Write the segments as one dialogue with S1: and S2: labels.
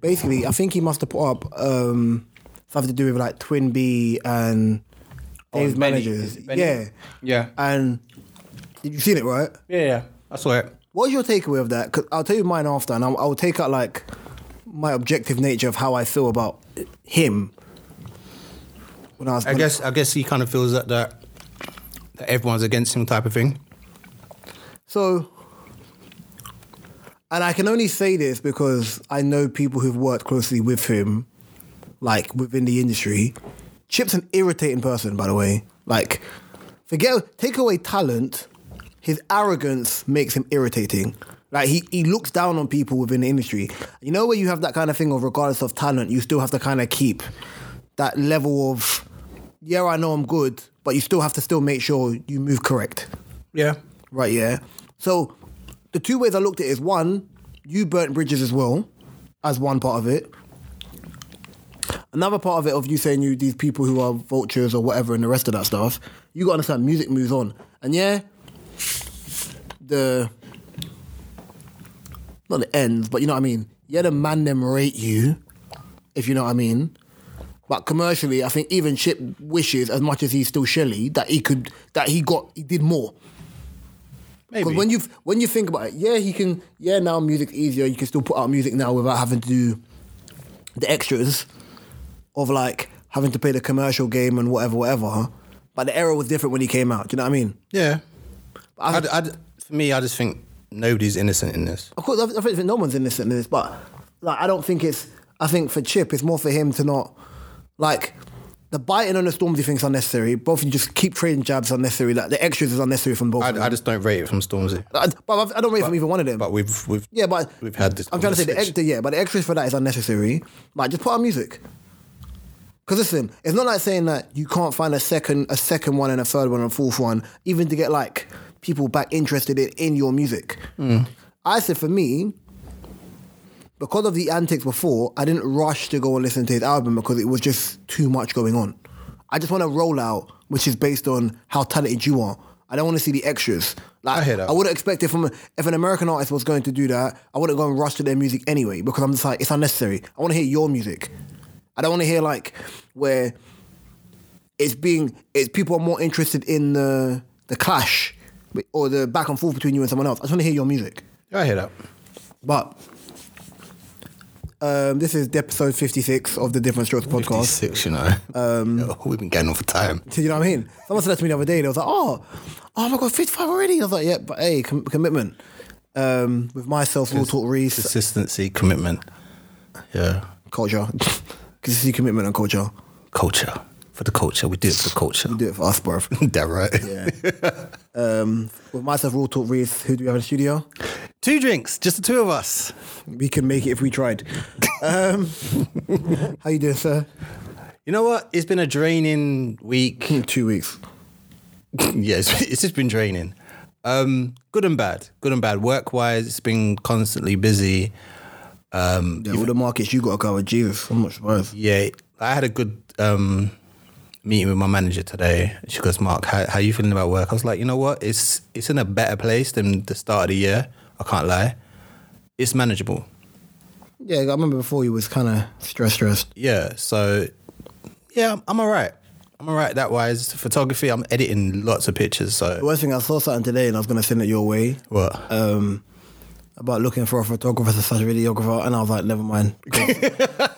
S1: basically, I think he must have put up um, something to do with like Twin B and Dave's
S2: Oh, and Benny.
S1: managers.
S2: Is it Benny?
S1: Yeah, Uh,
S2: Yeah.
S1: and you've seen it, right?
S2: Yeah, yeah. I saw it.
S1: What's your takeaway of that? Because I'll tell you mine after, and I'll, I'll take out like my objective nature of how I feel about him. When I was,
S2: I guess I guess he kind of feels that that, that everyone's against him type of thing.
S1: So, and I can only say this because I know people who've worked closely with him, like within the industry. Chip's an irritating person, by the way. Like, forget, take away talent, his arrogance makes him irritating. Like, he, he looks down on people within the industry. You know, where you have that kind of thing of regardless of talent, you still have to kind of keep that level of, yeah, I know I'm good, but you still have to still make sure you move correct.
S2: Yeah.
S1: Right, yeah. So the two ways I looked at it is one, you burnt bridges as well, as one part of it. Another part of it of you saying you these people who are vultures or whatever and the rest of that stuff, you gotta understand music moves on. And yeah, the not the ends, but you know what I mean. Yeah, the man them rate you, if you know what I mean. But commercially, I think even Chip wishes, as much as he's still Shelly, that he could that he got he did more.
S2: Maybe.
S1: Because when you when you think about it, yeah, he can. Yeah, now music's easier. You can still put out music now without having to do the extras of like having to play the commercial game and whatever, whatever. But the era was different when he came out. Do you know what I mean?
S2: yeah.
S1: I-
S2: I'd, I'd, for me, I just think nobody's innocent in this.
S1: Of course, I, I think no one's innocent in this, but like I don't think it's. I think for Chip, it's more for him to not like the biting on the Stormzy thing's unnecessary. Both of you just keep trading jabs unnecessary. Like the extras is unnecessary from both.
S2: I,
S1: of them.
S2: I just don't rate it from Stormzy.
S1: I, but I don't rate from either one of them.
S2: But we've we've
S1: Yeah, but
S2: we've had this.
S1: I'm trying to say the
S2: conversation.
S1: extra, yeah, but the extras for that is unnecessary. Like, just put on music. Cause listen, it's not like saying that you can't find a second, a second one, and a third one, and a fourth one, even to get like people back interested in, in your music.
S2: Hmm.
S1: I said for me, because of the antics before, I didn't rush to go and listen to his album because it was just too much going on. I just want a rollout which is based on how talented you are. I don't want to see the extras. Like
S2: I hear that.
S1: I wouldn't expect it from a, if an American artist was going to do that. I wouldn't go and rush to their music anyway because I'm just like it's unnecessary. I want to hear your music. I don't want to hear like where it's being it's people are more interested in the the clash or the back and forth between you and someone else. I just want to hear your music.
S2: I hear that.
S1: But um, this is the episode 56 of the Different Strokes podcast.
S2: 56, you know. Um, we've been getting off for time.
S1: Do you know what I mean? Someone said that to me the other day. They was like, oh, oh my God, 55 already. I was like, yeah, but hey, com- commitment. Um, with myself, Will Talk Reese,
S2: Consistency, commitment, yeah,
S1: culture. Because you see commitment and culture.
S2: culture for the culture. We do it for the culture.
S1: Do it for us, bruv.
S2: that right?
S1: Yeah. um, with myself, Will Talk Reese, who do we have in the studio?
S2: Two drinks, just the two of us.
S1: We can make it if we tried. Um, how you doing, sir?
S2: You know what? It's been a draining week.
S1: Two weeks.
S2: yeah, it's, it's just been draining. Um, good and bad. Good and bad. Work wise, it's been constantly busy.
S1: Yeah, all the markets you got to cover, Jesus, I'm not surprised.
S2: Yeah, I had a good um, meeting with my manager today. She goes, "Mark, how how you feeling about work?" I was like, "You know what? It's it's in a better place than the start of the year. I can't lie. It's manageable.
S1: Yeah, I remember before you was kind of stressed, stressed.
S2: Yeah. So, yeah, I'm- I'm all right. I'm all right that wise. Photography, I'm editing lots of pictures.
S1: The
S2: So
S1: worst thing I saw something today, and I was gonna send it your way
S2: what?
S1: about looking for a photographer to such a videographer, and I was like, never mind. 'Cause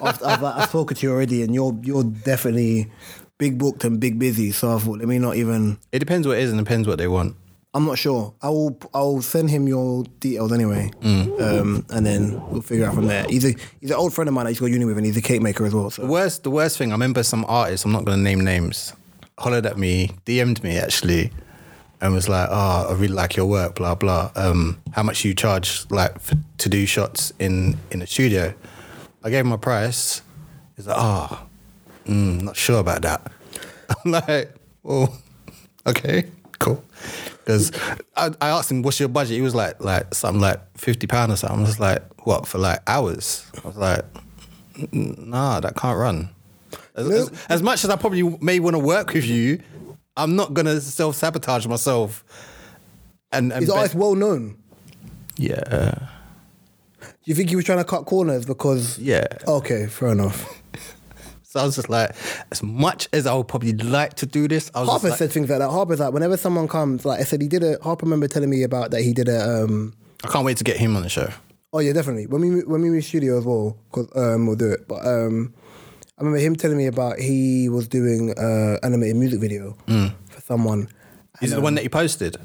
S1: I've, I've, I've spoken to you already, and you're you're definitely big booked and big busy. So I thought, let me not even.
S2: it depends what it is and depends what they want.
S1: I'm not sure. I will I will send him your details anyway, um, and then we'll figure out from there. He's a he's an old friend of mine I used to go to uni with, and he's a cake maker as well. So
S2: worst the worst thing I remember some artists I'm not going to name names hollered at me DM'd me actually and was like oh I really like your work blah blah um how much you charge like f to do shots in in the studio I gave him a price he's like oh mm, not sure about that I'm like well okay cool because I, I asked him what's your budget he was like like something like 50 pound or something I was like what for like hours I was like nah, that can't run. As, as- as much as I probably may want to work with you, I'm not gonna self sabotage myself. And, and
S1: he's an
S2: bet-
S1: artist well known.
S2: yeah,
S1: you think he was trying to cut corners because?
S2: Yeah.
S1: Okay, fair enough.
S2: So I was just like, as much as I would probably like to do this, I was just
S1: Harper
S2: like,
S1: said things like that. Harper's like, whenever someone comes, like I said, he did a. Harper remember telling me about that he did a. um
S2: I can't wait to get him on the show.
S1: Oh yeah, definitely. When we when we move studio as well, cause um, we'll do it. But um, I remember him telling me about he was doing uh animated music video
S2: Mm.
S1: for someone.
S2: Is it the one that you posted?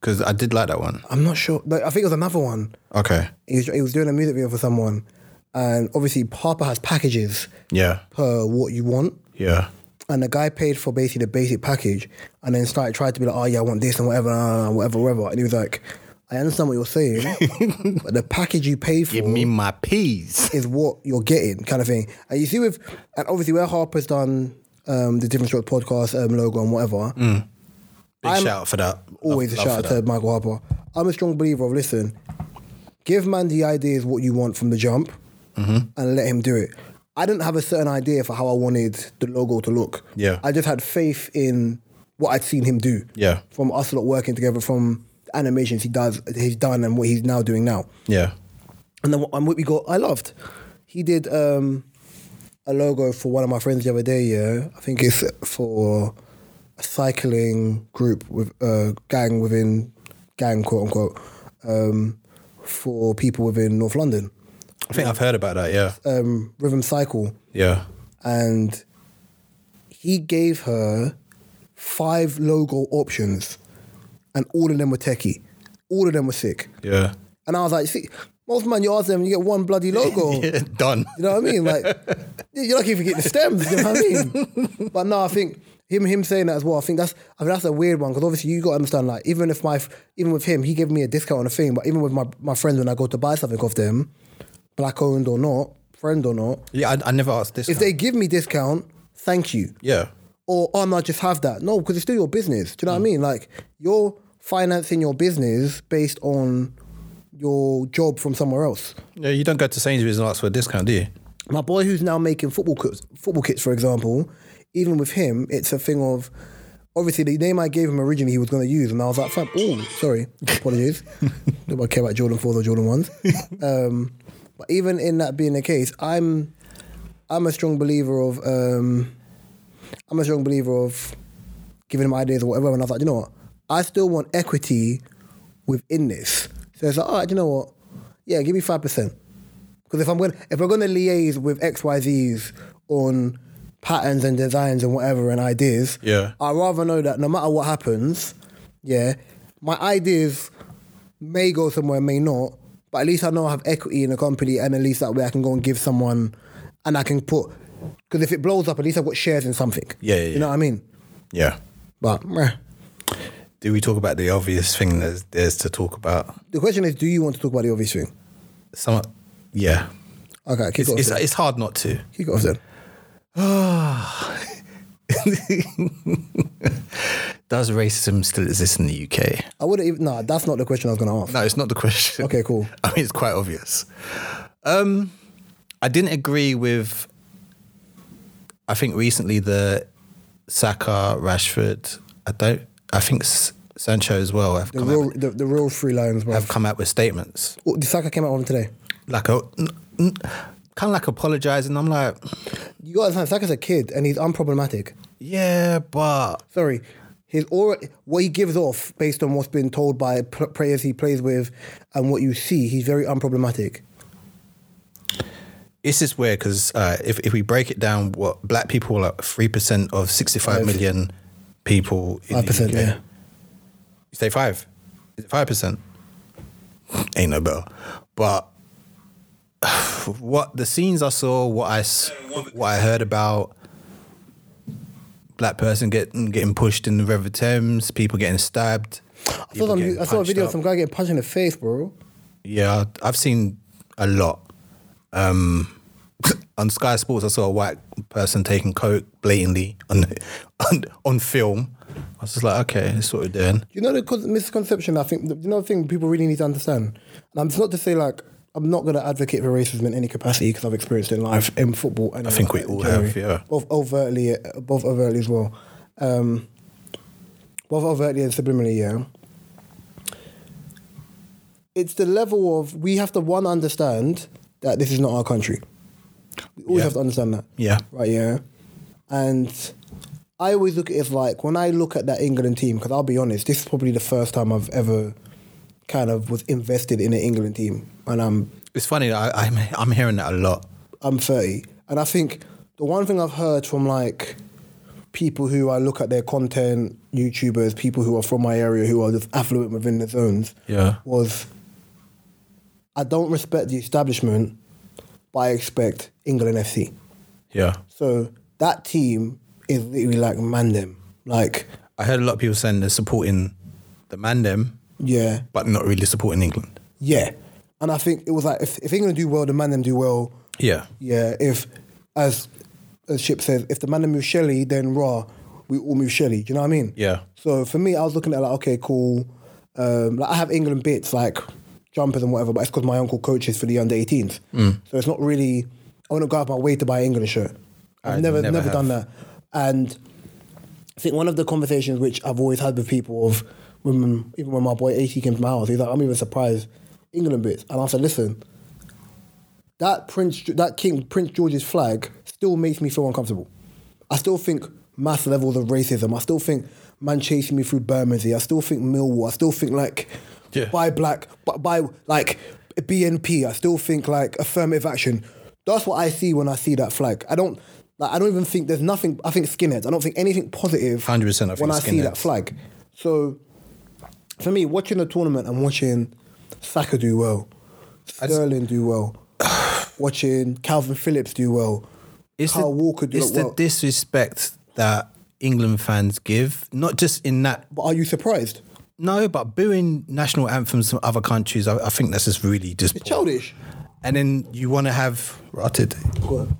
S2: Because I did like that one.
S1: I'm not sure. Like, I think it was another one.
S2: Okay.
S1: He was, he was doing a music video for someone, and obviously Harper has packages
S2: Yeah.
S1: per what you want.
S2: Yeah.
S1: And the guy paid for basically the basic package, and then started tried to be like, oh yeah, I want this and whatever, uh, whatever, whatever. And he was like, I understand what you're saying, but the package you paid for
S2: Give me my peas.
S1: is what you're getting, kind of thing. And you see with, and obviously where Harper's done um, the different short podcast um, logo and whatever,
S2: Big shout out for that.
S1: always a
S2: Love- love
S1: shout out
S2: for
S1: to Michael Harper. I'm a strong believer of listen, give man the ideas what you want from the jump,
S2: Mm-hmm.
S1: and let him do it. I didn't have a certain idea for how I wanted the logo to look.
S2: Yeah.
S1: I just had faith in what I'd seen him do.
S2: Yeah.
S1: from us lot working together, from the animations he does, he's done, and what he's now doing now.
S2: Yeah.
S1: And then and what we got, I loved. He did um, a logo for one of my friends the other day. Yeah, I think it's for a cycling group with a gang within gang, quote unquote, um, for people within North London,
S2: I think I've heard about that. Yeah.
S1: um, Rhythm Cycle,
S2: Yeah.
S1: and he gave her five logo options, and all of them were techie. All of them were sick.
S2: Yeah.
S1: And I was like, see, most man you ask them, you get one bloody logo.
S2: Yeah, Done.
S1: You know what I mean? Like you're lucky if you get the stems. You know what I mean? But no, I think him him saying that as well. I think that's I mean, that's a weird one because obviously you got to understand like even if my even with him he gave me a discount on a thing, but even with my my friends when I go to buy something off them, black owned or not, friend or not,
S2: Yeah. I, I never asked this.
S1: if they give me discount, thank you.
S2: yeah.
S1: Or oh no, just have that. No, because it's still your business. Do you know what I mean? Like you're financing your business based on your job from somewhere else.
S2: Yeah. You don't go to Sainsbury's and ask for a discount, do you?
S1: my boy who's now making football kits, football kits, for example, even with him, it's a thing of obviously the name I gave him originally he was going to use, and I was like, fam, oh, sorry, apologies. Nobody care about Jordan fours or Jordan ones. Um, but even in that being the case, I'm I'm a strong believer of um, I'm a strong believer of giving him ideas or whatever, and I was like, you know what, I still want equity within this. So it's like, all right, you know what, yeah, give me five percent. Because if I'm going, if we're going to liaise with XYZs on patterns and designs and whatever and ideas,
S2: Yeah.
S1: I rather know that no matter what happens, yeah, my ideas may go somewhere, may not, but at least I know I have equity in the company, and at least that way I can go and give someone, and I can put, because if it blows up, at least I've got shares in something.
S2: Yeah, yeah,
S1: you
S2: yeah.
S1: know what I mean.
S2: Yeah.
S1: But meh.
S2: Do we talk about the obvious thing that there's to talk about?
S1: the question is, do you want to talk about the obvious thing?
S2: Some. Yeah.
S1: Okay, keep
S2: It's,
S1: going.
S2: it's, it's hard not to.
S1: Keep going. Then.
S2: Does racism still exist in the UK?
S1: I wouldn't even. Nah, that's not the question I was going to ask.
S2: No, it's not the question.
S1: Okay, cool.
S2: I mean, it's quite obvious. Um, I didn't agree with. I think recently the Saka, Rashford. I don't. I think S- Sancho as well have
S1: The
S2: come,
S1: real,
S2: out,
S1: the, the real three lions, bro.
S2: have come out with statements
S1: Oh, the Saka came out on today.
S2: like a kind of like apologising. I'm like,
S1: You gotta understand, Saka's a kid and he's unproblematic.
S2: yeah, but
S1: Sorry, his aura, what he gives off based on what's been told by p- players he plays with and what you see, he's very unproblematic.
S2: It's just weird because uh, if if we break it down, what black people are three percent of sixty five
S1: Five.
S2: million people. in the
S1: 5%,
S2: UK.
S1: yeah.
S2: You say five? Is it five percent? Ain't no bell. But what the scenes I saw, what I s- what I heard about black person getting getting pushed in the River Thames, people getting stabbed.
S1: I saw, some, I saw a video of some guy getting punched in the face, bro.
S2: Yeah, I've seen a lot. Um, on Sky Sports, I saw a white person taking coke blatantly on on, on film. I was just like, okay, this is what we're doing.
S1: You know the cons- misconception. I think you know the thing people really need to understand. And I'm it's not to say like I'm not going to advocate for racism in any capacity because I've experienced it in life in football. And I
S2: think we all have, yeah.
S1: both overtly, uh, both overtly as well, um, both overtly and subliminally. Yeah. it's the level of we have to one understand that this is not our country. We always
S2: Yeah.
S1: have to understand that.
S2: Yeah.
S1: Right, yeah. And I always look at it as like when I look at that England team, because I'll be honest, this is probably the first time I've ever kind of was invested in an England team. And I'm
S2: It's funny. I, I'm I'm hearing that a lot.
S1: I'm 30. And I think the one thing I've heard from like people who I look at their content, YouTubers, people who are from my area who are just affluent within their zones,
S2: Yeah.
S1: was I don't respect the establishment, but I expect England FC.
S2: Yeah.
S1: So that team is literally like man them. Like,
S2: I heard a lot of people saying they're supporting the Mandem,
S1: yeah,
S2: but not really supporting England.
S1: yeah. And I think it was like if, if England do well, the man them do well.
S2: Yeah.
S1: Yeah, if as as Ship says, if the man moves Shelley, then raw, we all move Shelley. Do you know what I mean?
S2: Yeah.
S1: So for me, I was looking at it like, okay, cool. Um, like I have England bits like jumpers and whatever, but it's because my uncle coaches for the under 18s.
S2: Mm.
S1: So it's not really. I wouldn't go out of my way to buy an England shirt. I've
S2: I
S1: never
S2: never
S1: never,
S2: have.
S1: done that. And I think one of the conversations which I've always had with people of when even when my boy AT came to my house, he's like, I'm even surprised England bits. And I said, listen, that Prince that King Prince George's flag still makes me feel uncomfortable. I still think mass levels of racism. I still think man chasing me through Bermondsey. I still think Millwall. I still think like
S2: Yeah.
S1: buy black, bu- buy like BNP. I still think like affirmative action. That's what I see when I see that flag. I don't like. I don't even think there's nothing. I think skinheads. I don't think anything positive.
S2: 100% I think
S1: when I see that
S2: skinheads.
S1: flag. So for me, watching the tournament and watching Saka do well, Sterling do well, watching Calvin Phillips do well, Kyle Walker do
S2: it's the
S1: well.
S2: disrespect that England fans give, not just in that.
S1: but are you surprised?
S2: No, but booing national anthems from other countries, I, I think that's just really just poor.
S1: Childish.
S2: And then you want to have rotted.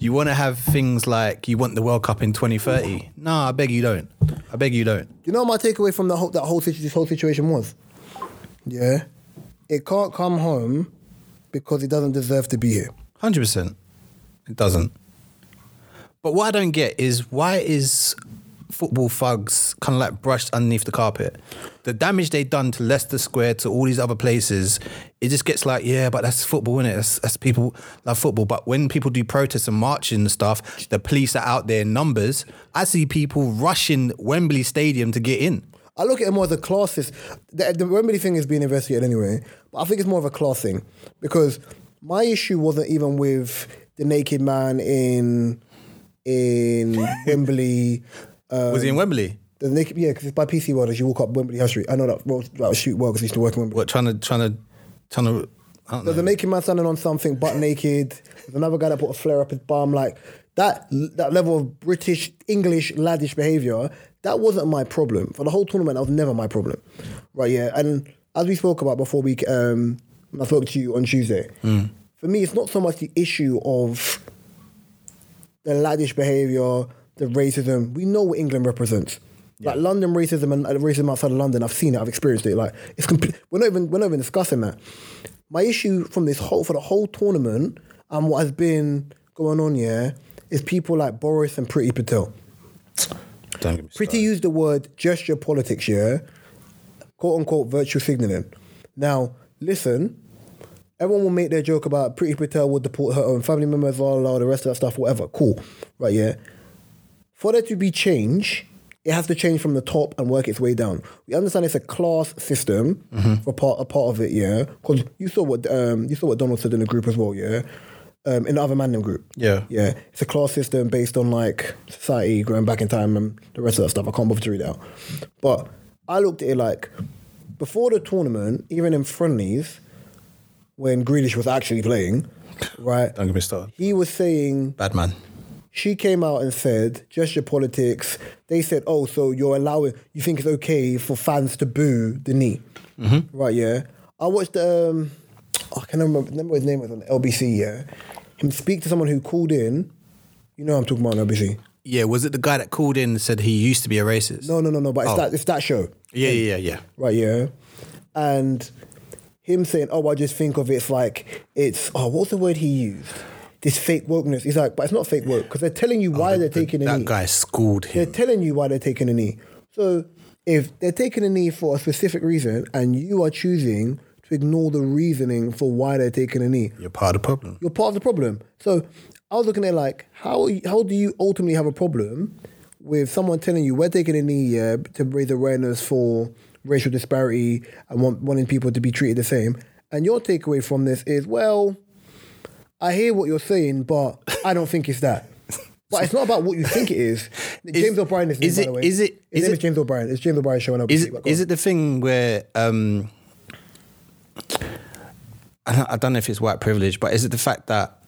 S2: you want to have things like you want the World Cup in 2030. No, I beg you don't. I beg you don't.
S1: You know what my takeaway from the whole, that whole situ- this whole situation was, yeah, it can't come home because it doesn't deserve to be here.
S2: Hundred percent. It doesn't. But what I don't get is why is football thugs kind of like brushed underneath the carpet? The damage they done to Leicester Square, to all these other places, it just gets like, yeah, but that's football, innit? That's, that's people love football. But when people do protests and marches and stuff, the police are out there in numbers. I see people rushing Wembley Stadium to get in.
S1: I look at it more as a classes. The, the Wembley thing is being investigated anyway, but I think it's more of a class thing because my issue wasn't even with the naked man in in Wembley.
S2: Was he in Wembley?
S1: The naked, yeah, because it's by PC World as you walk up Wembley High Street. I know that well, that shoot well because I used to work in Wembley.
S2: What trying to trying to trying to? I don't know.
S1: There's a naked man standing on something butt naked. There's another guy that put a flare up his bum. Like that that level of British English laddish behaviour, that wasn't my problem. For the whole tournament, that was never my problem. Right, yeah. And as we spoke about before we um when I spoke to you on Tuesday, for me it's not so much the issue of the laddish behaviour, the racism. We know what England represents. Like London racism and uh, racism outside of London, I've seen it, I've experienced it. Like it's complete. We're not even we're not even discussing that. My issue from this whole for the whole tournament and what has been going on here is people like Boris and Pretty Patel.
S2: Don't get me
S1: Pretty used the word gesture politics, yeah, quote unquote virtue signaling. Now listen, everyone will make their joke about Pretty Patel would deport her own family members, la la, la, the rest of that stuff, whatever. Cool, right? Yeah. For there to be change, it has to change from the top and work its way down. We understand it's a class system for part a part of it, yeah. Because you saw what um, you saw what Donald said in the group as well, yeah. Um, in the other Mandem group,
S2: Yeah.
S1: yeah. It's a class system based on like society going back in time and the rest of that stuff. I can't bother to read it out, but I looked at it like before the tournament, even in friendlies, when Grealish was actually playing, right?
S2: Don't get me started.
S1: He was saying
S2: Bad man.
S1: she came out and said gesture politics. They said, "Oh, so you're allowing? You think it's okay for fans to boo the knee, right? Yeah." I watched. Um, oh, I can't remember, remember what his name was on LBC. Yeah, him speak to someone who called in. You know what I'm talking about on LBC.
S2: Yeah, was it the guy that called in and said he used to be a racist?
S1: No, no, no, no. But it's
S2: Oh.
S1: that it's that show.
S2: Yeah, yeah, yeah, yeah.
S1: right? Yeah, and him saying, "Oh, I just think of it's like it's oh, what's the word he used? This fake wokeness." He's like, "But it's not fake woke because they're telling you why they're taking a
S2: Oh, that
S1: knee.
S2: guy schooled
S1: They're
S2: him.
S1: telling you why they're taking a knee. So if they're taking a knee for a specific reason and you are choosing to ignore the reasoning for why they're taking a knee.
S2: You're part of the problem.
S1: You're part of the problem. So I was looking at it like how how do you ultimately have a problem with someone telling you we're taking a knee yeah, to raise awareness for racial disparity and want, wanting people to be treated the same, and your takeaway from this is well, I hear what you're saying, but I don't think it's that. But it's not about what you think it is. James O'Brien is,
S2: is
S1: by
S2: it-
S1: the way.
S2: is it-
S1: His
S2: is
S1: name
S2: it-
S1: is James O'Brien. It's James O'Brien showing up.
S2: Is it, is it the thing where um, I don't- I don't know if it's white privilege, but is it the fact that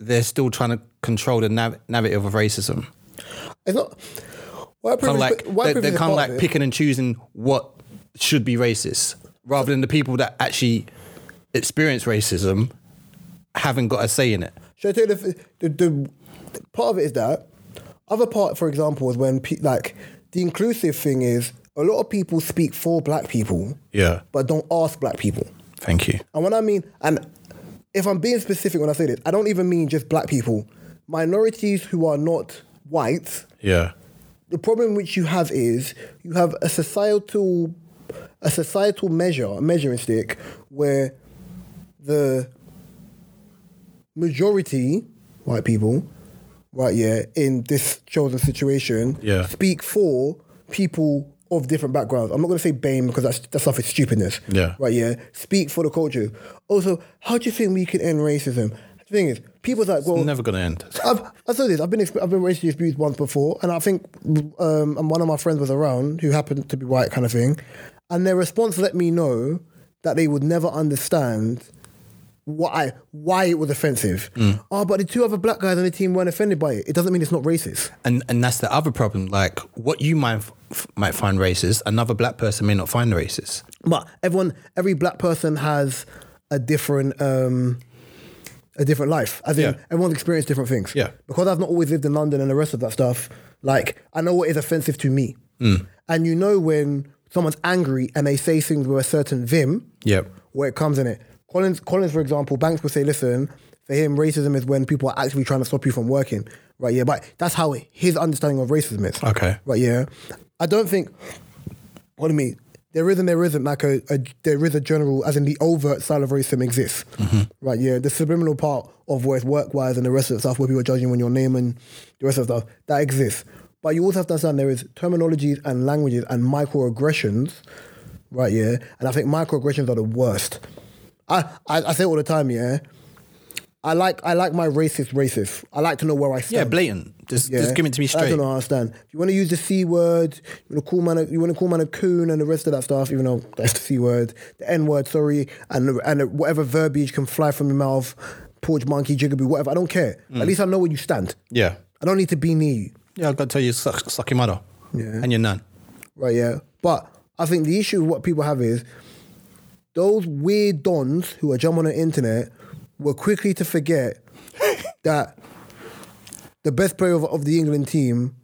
S2: they're still trying to control the nav- narrative of racism?
S1: It's not. White
S2: Kind
S1: privilege,
S2: of like
S1: white
S2: they're,
S1: privilege
S2: they're
S1: is
S2: kind of
S1: part
S2: like
S1: it.
S2: picking and choosing what should be racist, rather than the people that actually experience racism haven't got a say in it.
S1: Should I tell you the, the, the part of it is that other part, for example, is when pe- like the inclusive thing is a lot of people speak for black people,
S2: Yeah.
S1: but don't ask black people.
S2: Thank you.
S1: And when I mean, and if I'm being specific when I say this, I don't even mean just black people. Minorities who are not white,
S2: Yeah.
S1: the problem which you have is you have a societal a societal measure, a measuring stick, where the majority white people, right, yeah, in this chosen situation,
S2: Yeah.
S1: speak for people of different backgrounds. I'm not gonna say BAME because that's that's stuff is stupidness.
S2: Yeah.
S1: Right, yeah. Speak for the culture. Also, how do you think we can end racism? The thing is, people's like, well,
S2: Never going to end.
S1: I've I saw this. I've been exp- I've been racially abused once before, and I think um, and one of my friends was around who happened to be white, kind of thing, and their response let me know that they would never understand why why it was offensive. Oh, but the two other black guys on the team weren't offended by it. It doesn't mean it's not racist.
S2: and and that's the other problem. Like what you might f- might find racist, another black person may not find racist.
S1: But everyone, every black person has a different. Um, a different life, as in
S2: Yeah.
S1: everyone's experienced different things.
S2: Yeah.
S1: Because I've not always lived in London and the rest of that stuff. Like I know what is offensive to me,
S2: Mm.
S1: and you know when someone's angry and they say things with a certain vim.
S2: Yep.
S1: Where it comes in it. Collins, Collins, for example, Banks would say, "Listen, for him, racism is when people are actually trying to stop you from working." Right? Yeah. But that's how his understanding of racism is.
S2: Okay.
S1: Right, yeah. I don't think. What do you mean? There is and there isn't like a, a there is a general as in the overt style of racism exists,
S2: Mm-hmm.
S1: right? Yeah, the subliminal part of where it's work wise and the rest of the stuff where people are judging when your name and the rest of the stuff that exists. But you also have to understand there is terminologies and languages and microaggressions, right? Yeah, and I think microaggressions are the worst. I I, I say it all the time, yeah. I like I like my racist racist. I like to know where I stand.
S2: Yeah, blatant. Just just give it to me
S1: I
S2: straight.
S1: don't know, I understand. If you want to use the C word, you want to call man a, you want to call man a coon and the rest of that stuff, even though that's the C word, the N word, sorry, and and whatever verbiage can fly from your mouth, porch monkey, jigaboo, whatever. I don't care.
S2: Mm.
S1: At least I know where you stand.
S2: Yeah.
S1: I don't need to be near you.
S2: Yeah, I've got to tell you, suck, suck your mother.
S1: Yeah.
S2: And your nun.
S1: Right, yeah. But I think the issue with what people have is those weird dons who are jumping on the internet were quickly to forget that the best player of, of the England team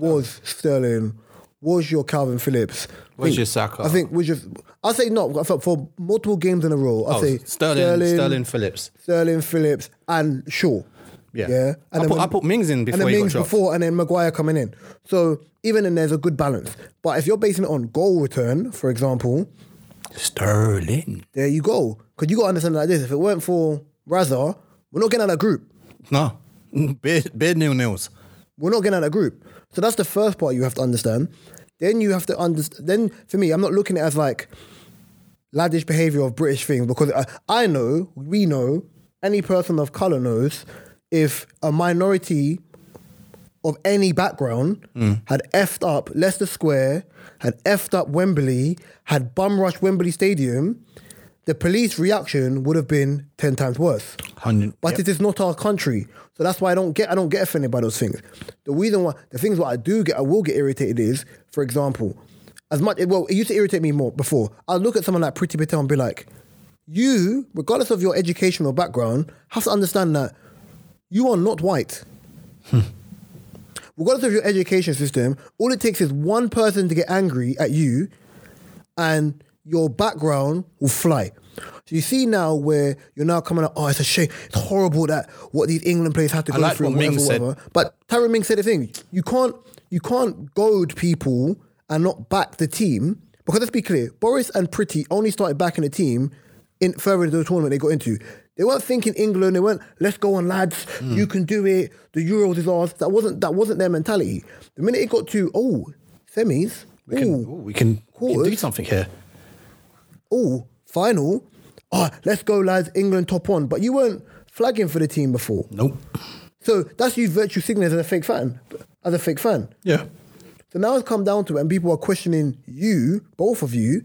S1: was Sterling, was your Calvin Phillips. I
S2: Was
S1: think-
S2: your Saka.
S1: I think was just I say not for, for multiple games in a row. I
S2: Oh,
S1: say
S2: Sterling, Sterling, Phillips.
S1: Sterling Phillips, and Shaw.
S2: Yeah.
S1: yeah.
S2: I,
S1: then
S2: put,
S1: when-
S2: I put Mings in
S1: and
S2: before
S1: then
S2: he
S1: Mings
S2: got dropped.
S1: before, and then Maguire coming in. So even then, there's a good balance. But if you're basing it on goal return, for example,
S2: Sterling.
S1: there you go. Because you got to understand like this: if it weren't for Raza, we're not getting out of that group.
S2: No. Bare, bare nil nils.
S1: We're not getting out of that group. So that's the first part you have to understand. Then you have to understand. Then for me, I'm not looking at it as like laddish behavior of British things because I, I know, we know, any person of color knows if a minority of any background had effed up Leicester Square, had effed up Wembley, had bum rushed Wembley Stadium, the police reaction would have been ten times worse.
S2: 100.
S1: But
S2: Yep.
S1: it is not our country, so that's why I don't get I don't get offended by those things. The reason why the things what I do get I will get irritated is, for example, as much well it used to irritate me more before. I'd look at someone like Pretty Patel and be like, you, regardless of your educational background, have to understand that you are not white. regardless of your education system, all it takes is one person to get angry at you and your background will fly. So you see now where you're now coming out, oh, it's a shame. It's horrible that what these England players had to go
S2: liked
S1: through.
S2: what
S1: whatever,
S2: Ming said.
S1: whatever. But Tyron Ming said the thing. You can't you can't goad people and not back the team Because let's be clear, Boris and Pretty only started back in the team in further into the tournament they got into. They weren't thinking England. They weren't. Let's go on, lads. You can do it. The Euros is ours. That wasn't. That wasn't their mentality. The minute it got to oh semis,
S2: We can,
S1: ooh,
S2: ooh, we, can, we can do
S1: Quarters.
S2: something here.
S1: oh, final. Oh, let's go, lads. England top one. But you weren't flagging for the team before.
S2: Nope.
S1: So that's you virtue signaling as a fake fan. As a fake fan.
S2: Yeah.
S1: So now it's come down to it, and people are questioning you, both of you.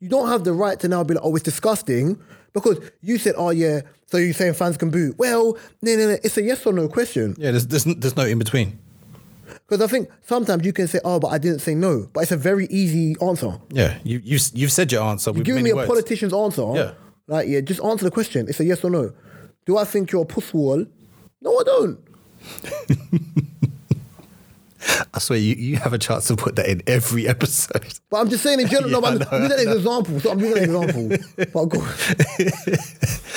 S1: You don't have the right to now be like, oh, it's disgusting because you said, oh, yeah, so you're saying fans can boo. Well, no, no, no, it's a yes or no question.
S2: Yeah, there's, there's, there's no in between.
S1: Because I think sometimes you can say, oh, but I didn't say no, but it's a very easy answer.
S2: Yeah, you, you, you've said your answer. You've
S1: Give me a politician's answer.
S2: Yeah.
S1: Like, yeah, just answer the question. It's a yes or no. Do I think you're a pusswall? No, I don't.
S2: I swear, you, you have a chance to put that in every episode.
S1: But I'm just saying in general, no,
S2: Yeah,
S1: but I'm
S2: I
S1: using
S2: know,
S1: that as an example. So I'm using that as an example.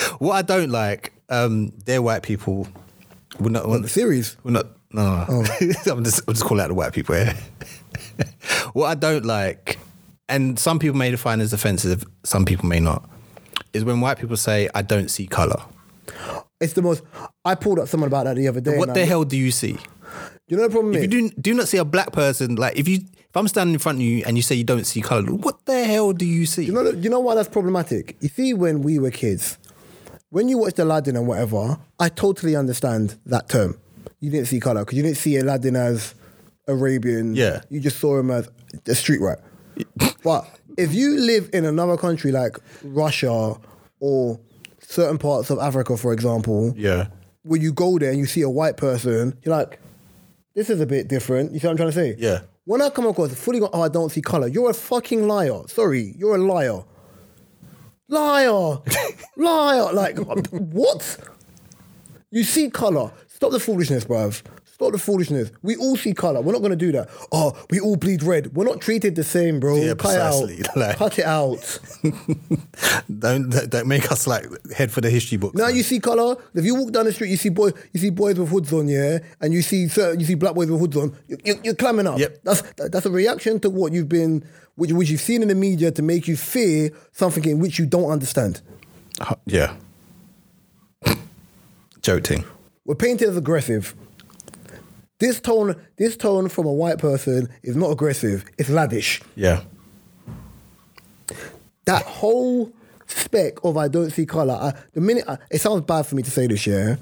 S1: but go-
S2: What I don't like, um, they're white people. We're not
S1: the series?
S2: We're not. No, no. no.
S1: Oh.
S2: I'm just I'm just calling out the white people here. what I don't like, and some people may define as offensive, some people may not, is when white people say, "I don't see color."
S1: It's the most. I pulled up someone about that the other day.
S2: What
S1: and
S2: the
S1: I'm-
S2: hell do you see?
S1: You know the problem
S2: If
S1: is.
S2: you do do not see a black person, like if you if I'm standing in front of you and you say you don't see color, what the hell do you see?
S1: You know, you know why that's problematic? You see, when we were kids, when you watched Aladdin and whatever, I totally understand that term. You didn't see color because you didn't see Aladdin as Arabian.
S2: Yeah.
S1: You just saw him as a street rat. but if you live in another country like Russia or certain parts of Africa, for example,
S2: yeah,
S1: when you go there and you see a white person, you're like, this is a bit different. You see what I'm trying to say?
S2: Yeah.
S1: When I come across fully going, oh, I don't see color, you're a fucking liar. Sorry, you're a liar. Liar. liar. Like, what? You see color. Stop the foolishness, bruv. Stop the foolishness. We all see color. We're not going to do that. Oh, we all bleed red. We're not treated the same, bro. Cut
S2: Yeah,
S1: it
S2: precisely.
S1: out.
S2: Like-
S1: Cut it out.
S2: don't don't make us like head for the history books.
S1: Now
S2: man.
S1: you see color. If you walk down the street, you see boy, you see boys with hoods on, yeah, and you see certain, you see black boys with hoods on. You, you, you're clamming up.
S2: Yep.
S1: That's that, that's a reaction to what you've been, which, which you've seen in the media to make you fear something in which you don't understand.
S2: Huh, yeah, joking.
S1: We're painted as aggressive. This tone, this tone from a white person is not aggressive. It's laddish.
S2: Yeah,
S1: that whole speck of I don't see color. I, the minute I, it sounds bad for me to say this, yeah,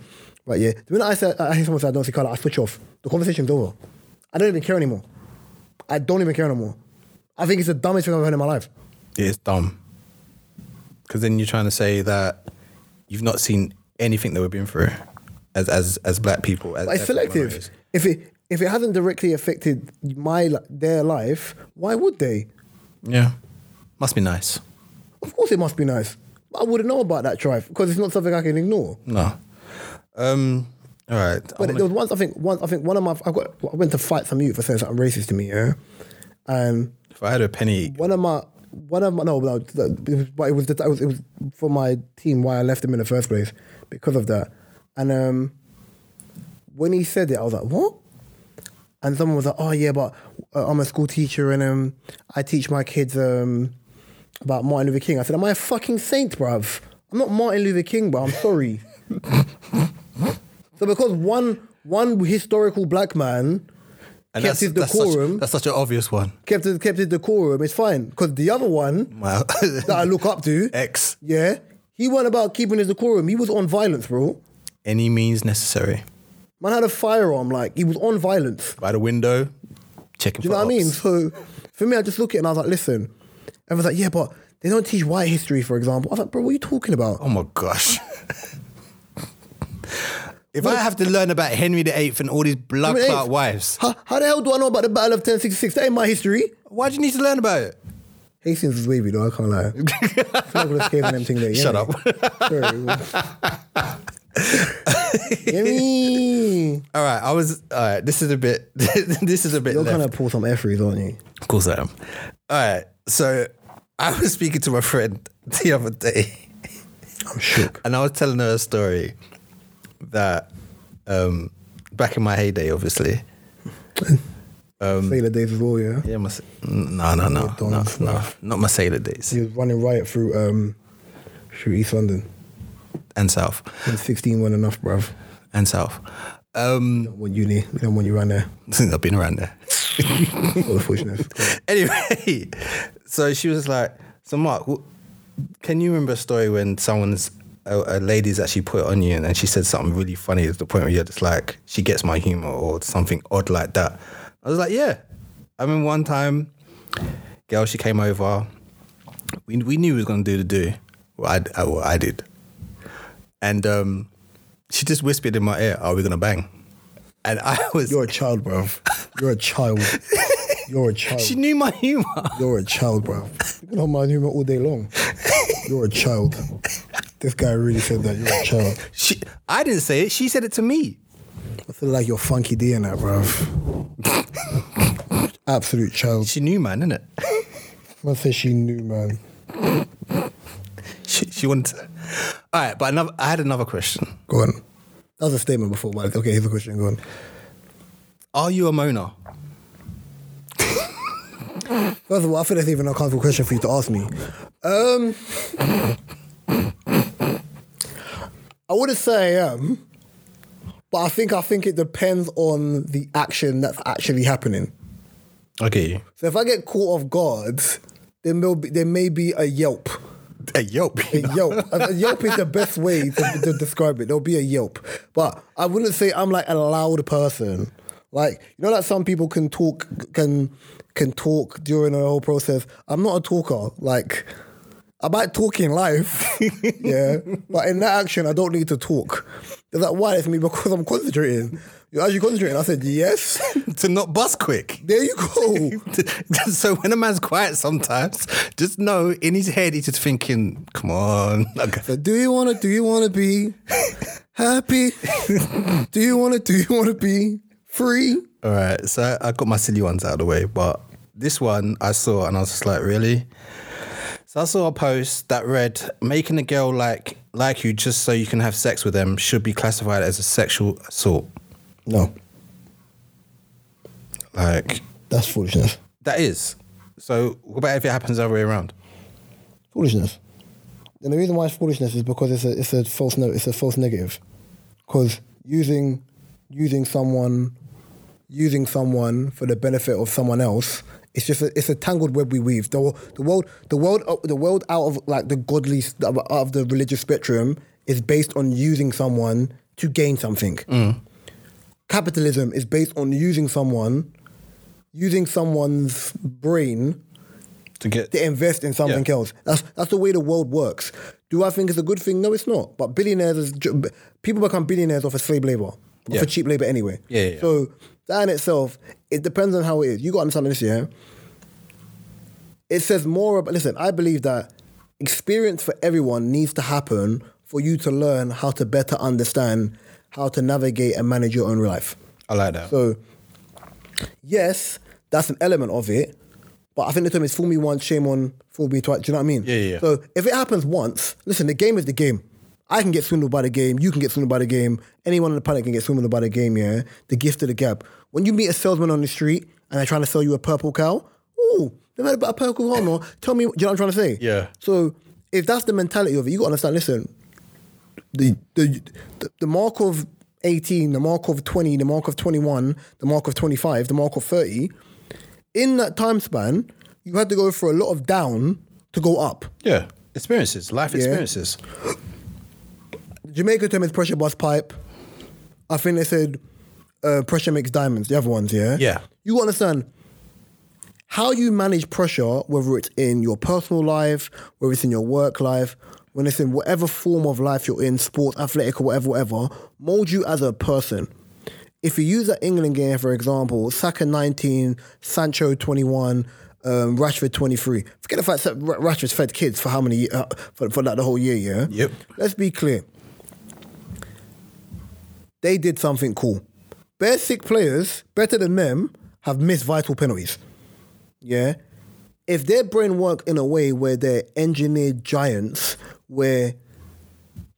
S1: but yeah, the minute I say I hear someone say I don't see color, I switch off. The conversation's over. I don't even care anymore. I don't even care anymore. I think it's the dumbest thing I've ever heard in my life.
S2: it's dumb. Because then you're trying to say that you've not seen anything that we've been through as as as black people. As
S1: But it's
S2: ethnic
S1: selective.
S2: minorities.
S1: If it if it hasn't directly affected my li- their life, why would they?
S2: Yeah, must be nice.
S1: Of course, it must be nice. But I wouldn't know about that tribe because it's not something I can ignore.
S2: No. Um. All right. I
S1: But
S2: wanna-
S1: there was once I think once I think one of my I got I went to fight some youth for saying something racist to me, yeah, and
S2: if I had a penny,
S1: one of my one of my no, no it was- but it was, the, it was it was for my team why I left him in the first place because of that. And um, when he said it, I was like, what? And someone was like, oh yeah, but uh, I'm a school teacher and um, I teach my kids um, about Martin Luther King. I said, am I a fucking saint, bruv? I'm not Martin Luther King, but I'm sorry. so because one one historical black man
S2: and
S1: kept
S2: that's,
S1: his
S2: that's, such,
S1: decorum.
S2: that's such an obvious one.
S1: kept it kept it decorum, it's fine. Because the other one
S2: Wow.
S1: that I look up to.
S2: X.
S1: Yeah. He went about keeping his decorum. He was on violence, bro.
S2: Any means necessary.
S1: Man had a firearm, like he was on violence.
S2: By the window, checking.
S1: Do you know what I mean? So for me, I just look at it and I was like, listen. Everyone's like, yeah, but they don't teach white history, for example. I was like, bro, what are you talking about?
S2: Oh my gosh. if I have to learn about Henry VIII and all these blood
S1: Henry
S2: clot
S1: VIII?
S2: wives,
S1: How, how the hell do I know about the Battle of 1066? That ain't my history.
S2: why do you need to learn about it?
S1: Hastings was wavy, though, I can't lie. It's not going to escape on them thing there.
S2: Shut up.
S1: Yummy.
S2: All right, I was. All right, this is a bit. this is a bit.
S1: You're
S2: left.
S1: going to pull some effery, aren't you?
S2: Of course I am. All right. So I was speaking to my friend the other day
S1: I'm shook.
S2: and I was telling her a story that um, back in my heyday, obviously,
S1: Sailor days as well, yeah.
S2: Yeah, my, no, no, no, no,
S1: Donald
S2: no, not my sailor days
S1: He was running riot through um, through East London.
S2: and south
S1: He was 16 weren't enough, bruv.
S2: and south. Um,
S1: Don't want uni. We don't want you around there.
S2: I've been around there.
S1: All the foolishness.
S2: anyway, so she was like, "So Mark, w- can you remember a story when someone's a, a lady's actually put it on you, and then she said something really funny to the point where you're just like, she gets my humor or something odd like that." I was like, "Yeah." I remember one time, girl, she came over. We we knew we was gonna do the do. Well, I, I, well, I did, and um, she just whispered in my ear, "Are we gonna bang?" And I was.
S1: You're a child, bruv. You're a child. You're a child.
S2: she knew my humor.
S1: You're a child, bruv. You can hold my humor all day long. You're a child. This guy really said that. You're a child.
S2: She, I didn't say it. She said it to me.
S1: I feel like you're funky D in that, bruv. Absolute child.
S2: She knew, man, innit?
S1: I say she knew, man.
S2: She, she wanted to. All right, but another, I had another question.
S1: Go on. That was a statement before, but okay, here's a question. Go on.
S2: Are you a Mona?
S1: First of all, I feel that's even a comfortable question for you to ask me. Um, I wouldn't say I am, but I think I think it depends on the action that's actually happening.
S2: Okay.
S1: So if I get caught off guard, there may be, there may be a yelp.
S2: Hey, yo.
S1: A yelp. a, a yelp is the best way to, to describe it. There'll be a yelp, but I wouldn't say I'm like a loud person. Like you know, like some people can talk can can talk during the whole process. I'm not a talker. Like I might talk in life, yeah, but in that action, I don't need to talk. They're like, why? It's me because I'm concentrating. You're actually concentrating. I said yes.
S2: to not bust quick.
S1: There you go.
S2: so when a man's quiet sometimes, just know in his head he's just thinking, come on. Okay.
S1: So do you wanna do you wanna be happy? do you wanna do you wanna be free?
S2: All right, so I got my silly ones out of the way, but this one I saw and I was just like, really? So I saw a post that read, "Making a girl like like you just so you can have sex with them should be classified as a sexual assault."
S1: No,
S2: Like
S1: that's foolishness.
S2: that is. So what about if it happens the other way around?
S1: Foolishness. And the reason why it's foolishness is because it's a it's a false no it's a false negative. Because using using someone using someone for the benefit of someone else it's just a, it's a tangled web we weave the, wo- the world the world the world out of like the godly s- out of the religious spectrum is based on using someone to gain something capitalism is based on using someone using someone's brain
S2: To get
S1: to invest in something
S2: Yeah.
S1: else. That's that's the way the world works. Do I think it's a good thing? No, it's not. But billionaires is ju- b- people become billionaires off of slave labor, off
S2: Yeah.
S1: of cheap labor anyway.
S2: Yeah, yeah, yeah.
S1: So that in itself, it depends on how it is. You got to understand this, yeah. It says more about. Listen, I believe that experience for everyone needs to happen for you to learn how to better understand how to navigate and manage your own life.
S2: I like that.
S1: So, yes, that's an element of it. But I think the term is fool me once, shame on, fool me twice. Do you know what I mean?
S2: Yeah, yeah, yeah.
S1: So if it happens once, listen, the game is the game. I can get swindled by the game. You can get swindled by the game. Anyone on the planet can get swindled by the game, yeah? The gift of the gab. When you meet a salesman on the street and they're trying to sell you a purple cow, ooh, they've had about a purple cow, no? Tell me, do you know what I'm trying to say?
S2: Yeah.
S1: So if that's the mentality of it, you got to understand, listen, the, the the the mark of 18, the mark of 20, the mark of 21, the mark of 25, the mark of 30, in that time span, you had to go for a lot of down to go up.
S2: yeah, experiences, life experiences.
S1: Jamaica term is pressure bus pipe. I think they said uh, pressure makes diamonds. The other ones, yeah?
S2: Yeah.
S1: You understand how you manage pressure, whether it's in your personal life, whether it's in your work life, when it's in whatever form of life you're in, sports, athletic, or whatever, whatever, mold you as a person. If you use that England game, for example, Saka 19, Sancho 21, um, Rashford 23. Forget the fact that Ra- Rashford's fed kids for how many, uh, for, for like the whole year, yeah?
S2: Yep.
S1: Let's be clear they did something cool. Bare sick players, better than them, have missed vital penalties. Yeah? If their brain work in a way where they're engineered giants, where